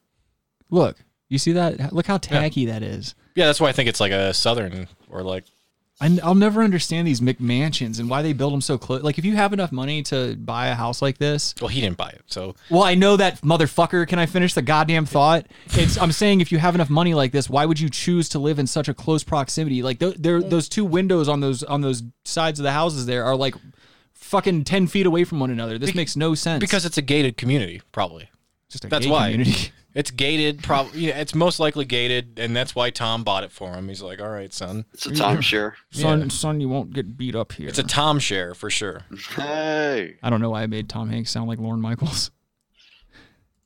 Look, you see that? Look how tacky that is.
Yeah, that's why I think it's like a southern or like
I, will never understand these McMansions and why they build them so close. Like, if you have enough money to buy a house like this,
well, he didn't buy it, so
Well, I know that motherfucker. Can I finish the goddamn thought? It's I'm saying if you have enough money like this, why would you choose to live in such a close proximity? Like th- there, those two windows on those on those sides of the houses there are like fucking ten feet away from one another. This makes no sense
because it's a gated community, probably.
Just a
that's
gay
why
community.
it's gated. Probably yeah, it's most likely gated, and that's why Tom bought it for him. He's like, "All right, son,
it's a timeshare.
son, son, you won't get beat up here.
It's a Tom share for sure."
Hey,
I don't know why I made Tom Hanks sound like Lauren Michaels.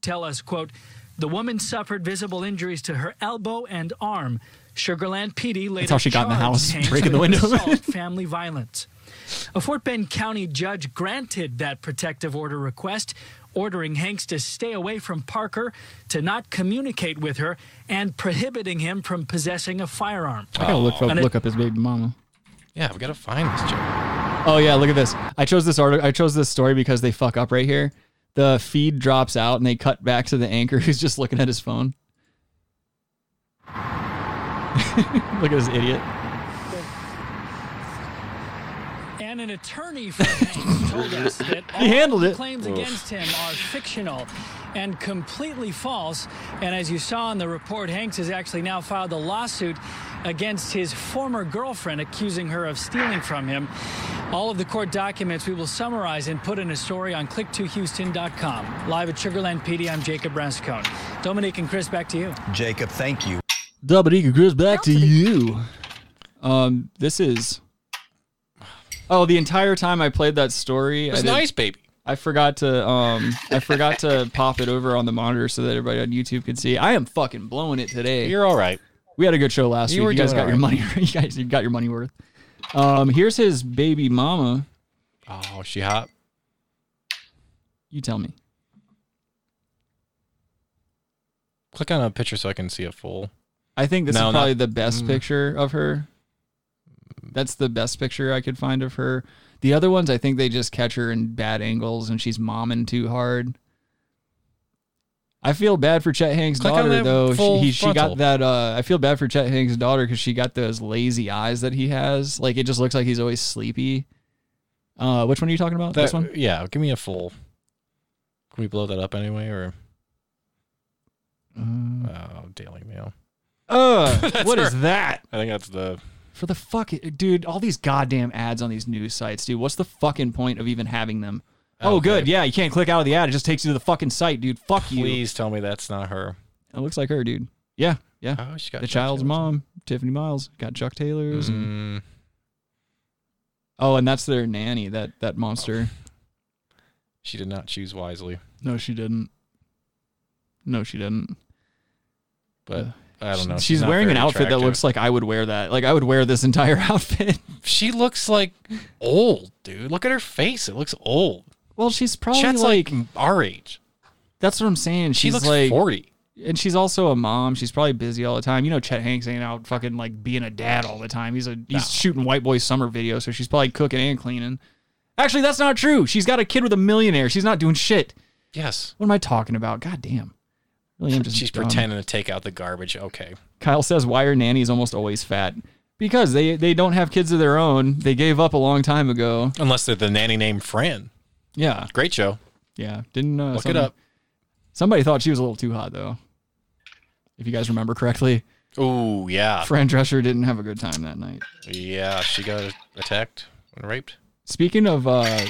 tell us, quote, the woman suffered visible injuries to her elbow and arm. Sugarland PD later
how she got in the
charged
house,
Hanks
breaking the
with
window.
assault, family violence. A Fort Bend County judge granted that protective order request, ordering Hanks to stay away from Parker, to not communicate with her, and prohibiting him from possessing a firearm.
I gotta look up,
An-
look up his baby mama.
Yeah, we gotta find this joke.
Oh yeah, look at this. I chose this article. I chose this story because they fuck up right here. The feed drops out and they cut back to the anchor who's just looking at his phone. look at this idiot.
And an attorney for Hanks told us that all
He handled it.
claims
Oof.
against him are fictional and completely false. And as you saw in the report, Hanks has actually now filed a lawsuit against his former girlfriend, accusing her of stealing from him. All of the court documents we will summarize and put in a story on click2houston.com. Live at Sugarland PD, I'm Jacob Rascone. Dominique and Chris, back to you.
Jacob, thank you.
Double Eagle Chris, back to you. Um, this is. Oh, the entire time I played that story,
It was
I did-
nice, baby.
I forgot to um, I forgot to pop it over on the monitor so that everybody on YouTube could see. I am fucking blowing it today.
You're all right.
We had a good show last
You
week.
were
Ah, You guys got
doing
your
all right.
money. You guys, you got your money worth. Um, here's his baby mama.
Oh, she hot.
You tell me.
Click on a picture so I can see a full.
I think this
No,
is probably
not-
the best
Mm.
picture of her. That's the best picture I could find of her. The other ones, I think they just catch her in bad angles and she's momming too hard. I feel bad for Chet Hanks'
Click on
daughter
that
though. She,
full
he, she
frontal.
got that. Uh, I feel bad for Chet Hanks' daughter because she got those lazy eyes that he has. Like it just looks like he's always sleepy. Uh, which one are you talking about?
That-
this one?
Yeah, give me a full. Can we blow that up anyway, or? oh, Daily Mail.
Uh, Mm. what is
her.
that?
I think that's the.
For the fuck, dude! All these goddamn ads on these news sites, dude. What's the fucking point of even having them? Oh,
Okay.
good. Yeah, you can't click out of the ad. It just takes you to the fucking site, dude. Fuck you.
Please tell me that's not her.
It looks like her, dude. Yeah, yeah.
Oh, she got
the
Chuck
child's mom, Tiffany Miles, got Chuck Taylor's.
Mm.
And... Oh, and that's their nanny, that that monster.
Oh. She did not choose wisely.
No, she didn't. No, she didn't.
But I don't know.
She's,
She's not
wearing an
very
outfit that
attractive.
looks like I would wear that. Like I would wear this entire outfit.
She looks like old, dude. Look at her face. It looks old.
Well, she's probably
Chet's
like,
like, our age.
that's what I'm saying.
She
She's
looks
like
40.
And she's also a mom. She's probably busy all the time. You know, Chet Hanks ain't out fucking like being a dad all the time. He's a he's shooting white boy summer videos, so she's probably cooking and cleaning. Actually, that's not true. She's got a kid with a millionaire. She's not doing shit.
Yes.
What am I talking about? God damn. Really am just
She's
dumb.
pretending to take out the garbage. Okay.
Kyle says, "Why are nannies almost always fat? Because they they don't have kids of their own. They gave up a long time ago.
Unless they're the nanny named Fran.
Yeah,
Great show.
yeah. Didn't uh,
Look it
some-
up.
Somebody thought she was a little too hot though. If you guys remember correctly,
Oh yeah.
Fran Drescher didn't have a good time that night.
Yeah, she got attacked and raped.
Speaking of uh,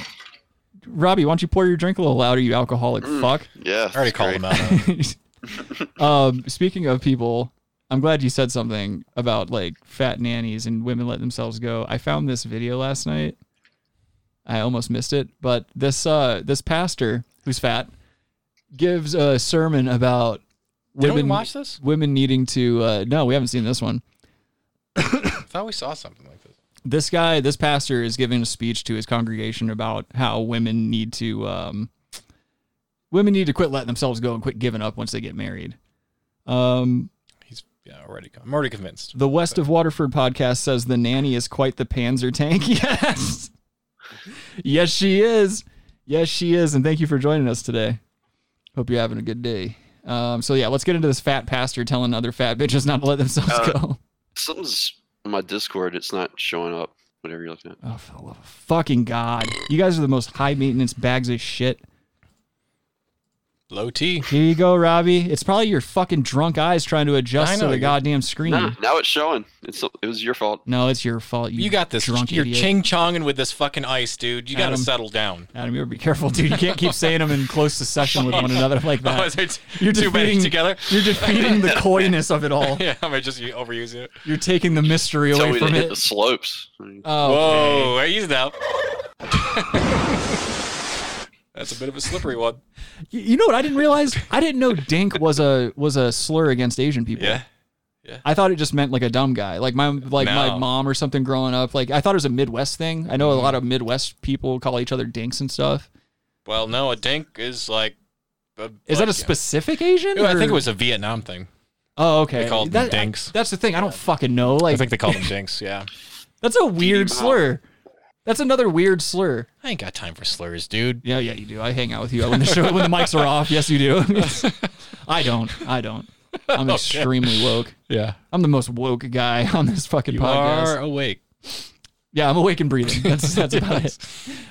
Robbie, why don't you pour your drink a little louder, you alcoholic fuck?
Mm. Yeah.
I already
that's
called
great.
him out.
um, speaking of people, I'm glad you said something about like fat nannies and women let themselves go. I found this video last night. I almost missed it, but this uh this pastor who's fat gives a sermon about
Didn't
women
we watch this?
women needing to uh no, we haven't seen this one.
I thought we saw something like this.
this guy, this pastor is giving a speech to his congregation about how women need to um, women need to quit letting themselves go and quit giving up once they get married. Um,
Yeah, already. con- I'm already convinced.
the West of Waterford podcast says the nanny is quite the Panzer tank. Yes, yes, she is. Yes, she is. And thank you for joining us today. Hope you're having a good day. Um, so yeah, let's get into this fat pastor telling other fat bitches not to let themselves
Uh,
go.
Something's in my Discord. It's not showing up. Whatever you're looking at.
Oh, for the love of fucking god! You guys are the most high maintenance bags of shit.
Low T.
Here you go, Robbie. It's probably your fucking drunk eyes trying to adjust
I
to
know,
the
you-
goddamn screen.
Nah, now it's showing. It's it was your fault.
No, it's your fault. You,
You got this.
Drunk
You're
idiot.
ching chonging with this fucking ice, dude. You got to
Adam.
settle down.
Adam, you better be careful, dude. You can't keep saying them in close succession with one another like
Oh,
that.
is there t-
You're
too many
defeating-
together?
You're defeating the coyness of it all.
yeah, am I just overusing it?
You're taking the mystery
Tell
away
me to
from
hit the
it.
slopes.
Oh,
Whoa, I used that. That's a bit of a slippery one.
You- You know what? I didn't realize. I didn't know "dink" was a was a slur against Asian people.
Yeah.
I thought it just meant like a dumb guy, like my like my
No. Mm-hmm.
mom or something growing up. Like I thought it was a Midwest thing. I know a lot of Midwest people call each other dinks and stuff.
Well, no, a dink is like. A, like,
Is that a specific Asian?
I think it
or-
was a Vietnam thing.
Oh, okay.
They called them
That-
dinks.
that's the thing. I don't fucking know. Like
I think they called them dinks. Yeah.
that's a weird slur. That's another weird slur.
I ain't got time for slurs, dude.
Yeah, yeah, you do. I hang out with you when the show when the mics are off. Yes, you do. I don't. I don't. I'm
Okay.
extremely woke.
Yeah.
I'm the most woke guy on this fucking
You
podcast.
are awake.
Yeah, I'm awake and breathing. That's that's about it.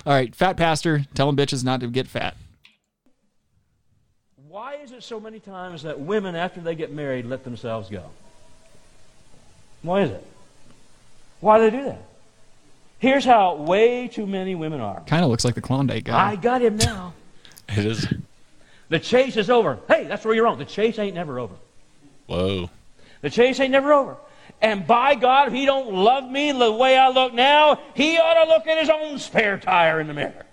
All right, fat pastor, telling bitches not to get fat.
Why is it so many times that women, after they get married, let themselves go? Why is it? Why do they do that? Here's how way too many women are.
Kind of looks like the Klondike guy.
I got him now.
It is.
The chase is over. Hey, that's where you're wrong. The chase ain't never over.
Whoa.
The chase ain't never over. And by God, if he don't love me the way I look now, he ought to look at his own spare tire in the mirror.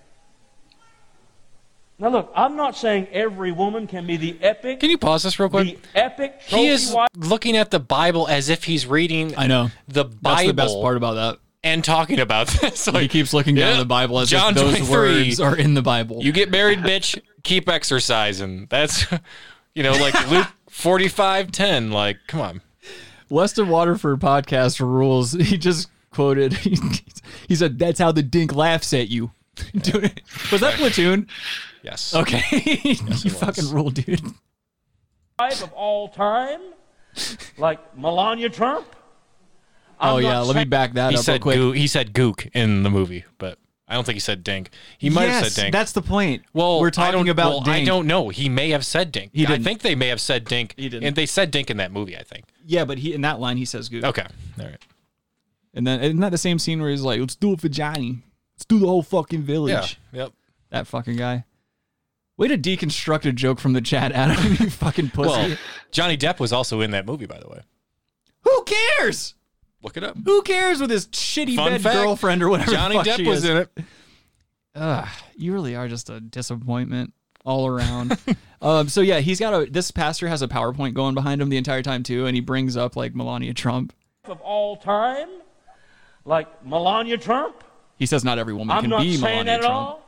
Now look, I'm not saying every woman can be the epic. Can
you pause this real quick?
The epic trophy
He is
wife.
looking at the Bible as if he's reading.
I know.
the Bible.
That's the best part about that.
And talking about this, like,
he keeps looking down
yeah,
at the Bible as
John
if those
23.
words are in the Bible.
You get married, bitch. Keep exercising. That's, you know, like Luke forty five ten. Like, come on.
West of Waterford podcast rules. He just quoted. He said, "That's how the dink laughs at you." Dude, was that platoon?
Yes.
Okay, you fucking rule, dude.
of all time, like Melania Trump. I'm
oh
not
yeah, let me
saying-
back that
he
up
said
real quick.
Goo- he said gook in the movie, but I don't think he said dink. He might have
Yes,
said dink.
That's the point.
well,
we're
I
talking
don't-
about
well, I
dink.
don't know. He may have said dink.
He
I
didn't.
think they may have said dink. He
didn't.
And they said dink in that movie, I think.
Yeah, but he in that line he says Goo.
Okay. All right.
And then isn't that the same scene where he's like, "Let's do it for Johnny. Let's do the whole fucking village."
Yeah, yep.
That fucking guy. Way to deconstruct a joke from the chat, Adam. you fucking pussy.
Well, Johnny Depp was also in that movie, by the way.
Who cares?
Look it up.
Who cares with his shitty
Fun
bed
fact,
girlfriend or whatever? the
Johnny
fuck
Depp
she
was
is.
in it.
Ugh, you really are just a disappointment all around. um, so yeah, he's got a. This pastor has a PowerPoint going behind him the entire time too, and he brings up like Melania Trump.
of all time, like Melania Trump.
He says not every woman
I'm
can
not
be
saying
Melania
that at
Trump.
all.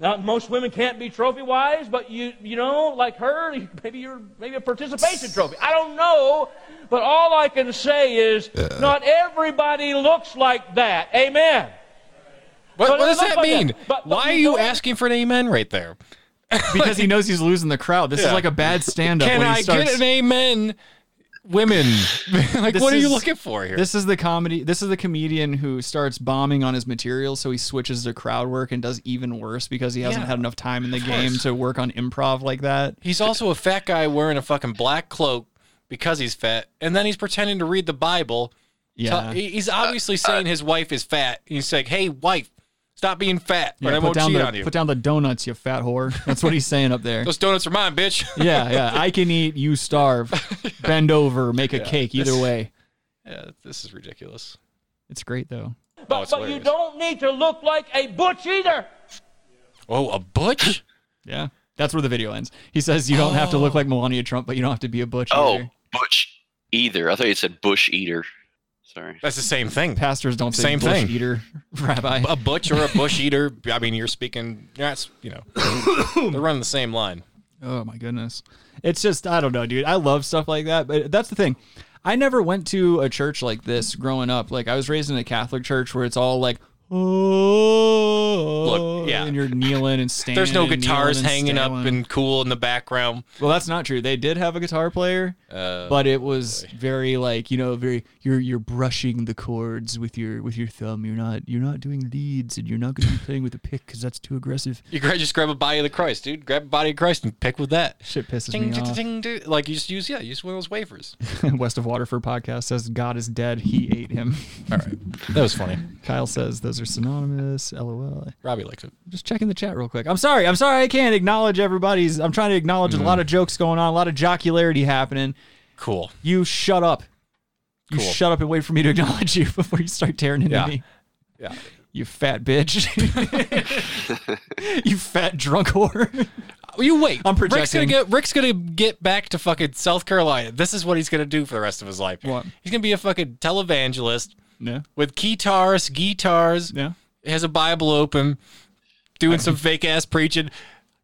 Not most women can't be trophy wives, but you you know, like her, maybe you're maybe a participation trophy. I don't know, but all I can say is not everybody looks like that. Amen.
What,
But
what
it
does
looks
that
like
mean?
But- but
Why are
you
you
don't-
asking for an amen right there?
because he knows he's losing the crowd. This
Yeah.
is like a bad stand-up.
Can
when he
I
starts,
get an amen? Women, like,
This
what are you
is-
looking for here?
This is the comedy. This is the comedian who starts bombing on his material, so he switches to crowd work and does even worse because he hasn't
Yeah.
had enough time in the
Of
game
course.
to work on improv like that.
He's also a fat guy wearing a fucking black cloak because he's fat, and then he's pretending to read the Bible.
Yeah. Uh,
T- He's obviously saying his wife is fat. and He's like, "Hey, wife, stop being fat, or
Yeah,
I won't
down
cheat
the
on you.
put down the donuts, you fat whore. That's what he's saying up there.
Those donuts are mine, bitch."
yeah, yeah. I can eat, you starve. Bend over, make a
Yeah,
cake. Either
this-
way,
yeah, this is ridiculous.
it's great though.
Oh, it's
But you
hilarious.
don't need to look like a butch either.
Oh, a butch? Oh.
Yeah, that's where the video ends. He says you don't have to look like Melania Trump, but you don't have to be a butch.
Oh,
either.
Butch Either. I thought you said Bush Eater. Sorry.
That's the same thing.
pastors don't say
Same
bush
thing.
eater, rabbi.
A butch or a bush eater? I mean, you're speaking. You're not. You know, they're running the same line.
Oh my goodness. It's just I don't know, dude. I love stuff like that, but that's the thing. I never went to a church like this growing up. Like I was raised in a Catholic church where it's all like oh
Look, yeah.
and you're kneeling and standing.
There's no
and kneeling
guitars
and
hanging up
standing.
and cool in the background.
Well, that's not true. They did have a guitar player,
Uh,
but it was very like, you know, very you're you're brushing the chords with your with your thumb. You're not you're not doing leads and you're not going to be playing with a pick cuz that's too aggressive.
You gra- just grab a body of the Christ, dude. Grab a body of Christ and pick with that.
Shit pisses
Ding,
me
ding,
off.
ding, ding. Like you just use yeah, you just one of those wafers.
West of Waterford podcast says God is dead. He ate him.
All right, that was funny.
Kyle says those are synonymous. LOL.
Robbie likes it.
Just checking the chat real quick. I'm sorry. I'm sorry. I can't acknowledge everybody's. I'm trying to acknowledge a lot of jokes going on, a lot of jocularity happening.
Mm. Cool.
You shut up. You
Cool.
shut up and wait for me to acknowledge you before you start tearing into
Yeah.
me.
Yeah.
You fat bitch. you fat drunk whore.
You wait.
I'm
Rick's gonna
projecting.
get Rick's gonna get back to fucking South Carolina. This is what he's gonna do for the rest of his life.
What?
He's gonna be a fucking televangelist
Yeah.
with guitars, guitars.
Yeah.
He has a Bible open, doing some fake ass preaching.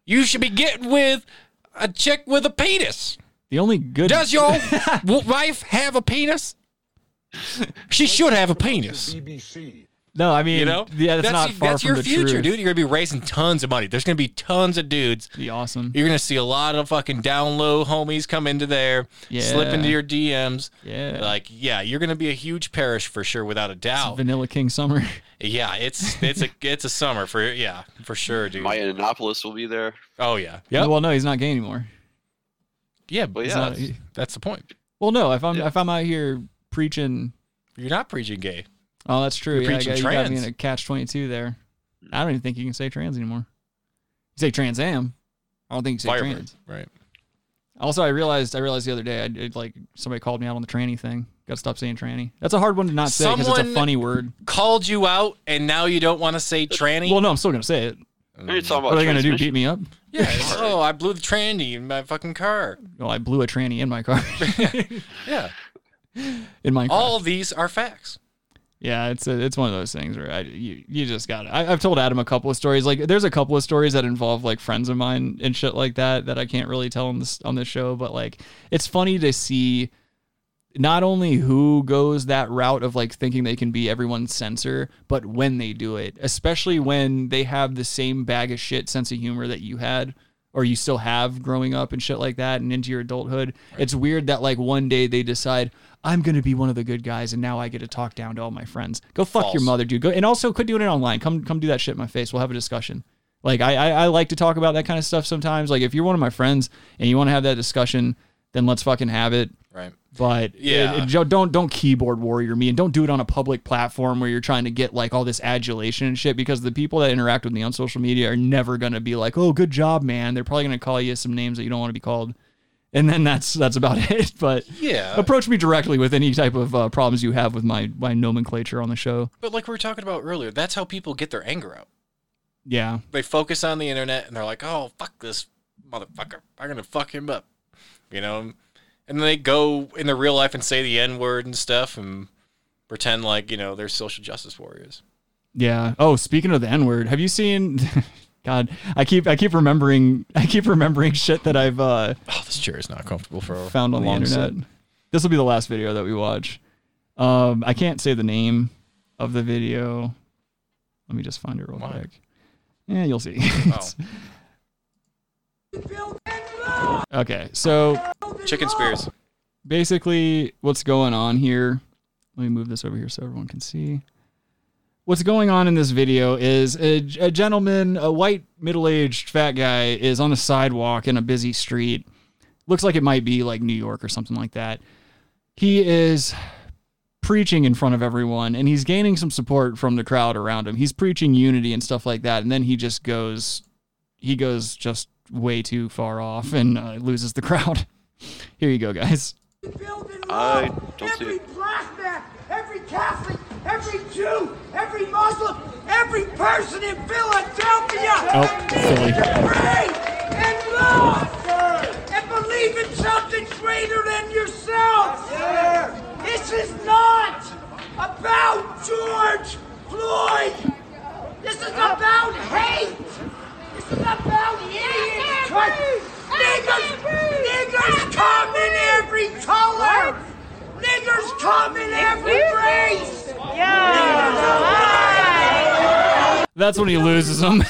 You should be getting with a chick with a penis.
The only good.
Does your w- wife have a penis? She should have a penis.
No, I mean,
You know,
yeah, that's, not far
that's
from
your
the
future,
truth.
dude. You're gonna be raising tons of money. There's gonna be tons of dudes.
Be awesome.
You're gonna see a lot of fucking down low homies come into there, slip
Yeah.
into your DMs.
Yeah.
like yeah, you're gonna be a huge parish for sure, without a doubt.
Vanilla King Summer.
Yeah, it's it's a it's a summer for yeah for sure, dude.
Maya Annapolis will be there.
Oh yeah, yeah,
Well, no, he's not gay anymore.
yeah.
Well,
it's
yeah,
not-
that's-
that's the point.
Well, no, if I'm if I'm out here preaching,
You're not preaching gay.
oh, that's true.
You're
yeah, I
preaching
got- you got me
trans.
in a catch twenty two there. I don't even think you can say trans anymore. You say trans am. I don't think you say
Firebird,
trans.
right?
Also, I realized I realized the other day I did, like somebody called me out on the tranny thing. Got to stop saying tranny. That's a hard one to not say because it's a
Someone-
funny word.
Called you out, and now you don't want to say tranny.
Well, no, I'm still gonna say it.
Are you talking
What are
about
they gonna do? Beat
transmission?
me up?
yeah. it's, Oh, I blew the tranny in my fucking car.
Well, I blew a tranny in my car.
Yeah.
in my
All these are facts.
Yeah, it's a, it's one of those things where I you, you just got to I've told Adam a couple of stories. Like there's a couple of stories that involve like friends of mine and shit like that that I can't really tell on this on this show, but like it's funny to see not only who goes that route of like thinking they can be everyone's censor, but when they do it, especially when they have the same bag of shit sense of humor that you had or you still have growing up and shit like that and into your adulthood. It's weird that like one day they decide I'm going to be one of the good guys and now I get to talk down to all my friends. Go fuck your
False.
mother, dude. Go and also quit doing it online. Come come do that shit in my face. We'll have a discussion. Like I I, I like to talk about that kind of stuff sometimes. Like if you're one of my friends and you want to have that discussion, then let's fucking have it.
Right.
But
Yeah.
it- it- Jo- don't don't keyboard warrior me and don't do it on a public platform where you're trying to get like all this adulation and shit because the people that interact with me on social media are never gonna be like, oh, good job, man. They're probably gonna call you some names that you don't want to be called, and then that's that's about it. But
Yeah.
approach me directly with any type of uh, problems you have with my my nomenclature on the show.
But like we were talking about earlier, that's how people get their anger out.
Yeah,
They focus on the internet and they're like, "Oh, fuck this motherfucker! I'm gonna fuck him up," you know. And then they go in the real life and say the n word and stuff and pretend like you know they're social justice warriors.
yeah. Oh, speaking of the N word, have you seen? God, I keep I keep remembering I keep remembering shit that I've uh,
Oh, this chair is not comfortable for a
found on the
long
internet.
sit.
This will be the last video that we watch. Um, I can't say the name of the video. Let me just find it real quick. Yeah, you'll see.
Oh.
It's- okay, so
Chicken spears.
basically what's going on here let me move this over here so everyone can see what's going on in this video is a, a gentleman a white middle-aged fat guy is on the sidewalk in a busy street looks like it might be like new york or something like that he is preaching in front of everyone and he's gaining some support from the crowd around him he's preaching unity and stuff like that and then he just goes he goes just way too far off and uh, loses the crowd here you go guys
I don't see
Every
it.
black man, every Catholic, every Jew, every Muslim, every person in Philadelphia
Oh, Philly.
pray and love and believe in something greater than yourself. This is not about George Floyd. This is about hate. This is about idiots. trying- Niggas, niggas come in every color. Niggers come in every race.
That's when he loses them.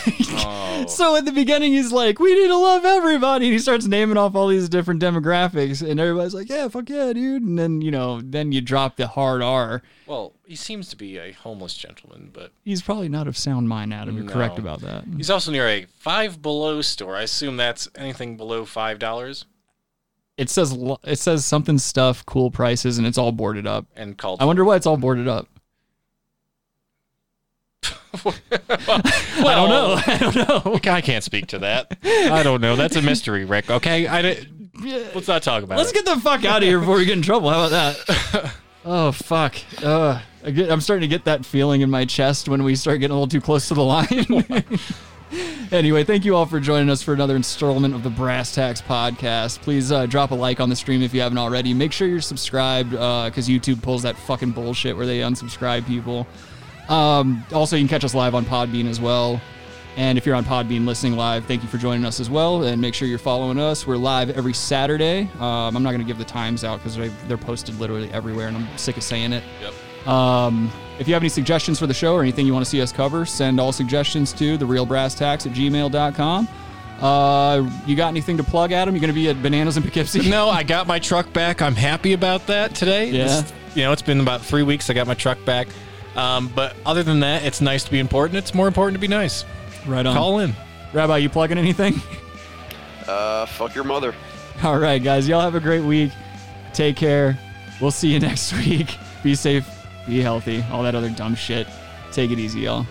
so at the beginning, he's like, "We need to love everybody." And he starts naming off all these different demographics, and everybody's like, "Yeah, fuck yeah, dude!" And then you know, then you drop the hard R.
Well, he seems to be a homeless gentleman, but
He's probably not of sound mind, Adam. You're correct
No.
about that.
he's also near a five below store. I assume that's anything below five dollars
It says lo- it says something stuff, cool prices, and it's all boarded up.
and called.
I wonder why it's all boarded up.
I don't
know. I don't know.
I can't speak to that. I don't know. That's a mystery, Rick. Okay, I didn't- let's not talk about
Let's
it.
get the fuck out of here before we get in trouble. How about that? Oh fuck! Uh, I get, I'm starting to get that feeling in my chest when we start getting a little too close to the line. anyway, thank you all for joining us for another installment of the Brass Tacks podcast. Please uh, drop a like on the stream if you haven't already. Make sure you're subscribed because YouTube pulls that fucking bullshit where they unsubscribe people. Um, also, you can catch us live on Podbean as well. And if you're on Podbean listening live, thank you for joining us as well. And make sure you're following us. We're live every Saturday. Um, I'm not going to give the times out because they're posted literally everywhere, and I'm sick of saying it. Yep. Um, if you have any suggestions for the show or anything you want to see us cover, send all suggestions to therealbrasstacks at gmail.com. Uh, you got anything to plug, Adam? You're going to be at Bananas in Poughkeepsie?
No, I got my truck back. I'm happy about that today.
Yeah.
This- you know, it's been about three weeks. I got my truck back. Um, but other than that, it's nice to be important. It's more important to be nice.
Right on.
Call in.
Rabbi, you plugging anything?
Uh, fuck your mother.
All right, guys. Y'all have a great week. Take care. We'll see you next week. Be safe. Be healthy. All that other dumb shit. Take it easy, y'all.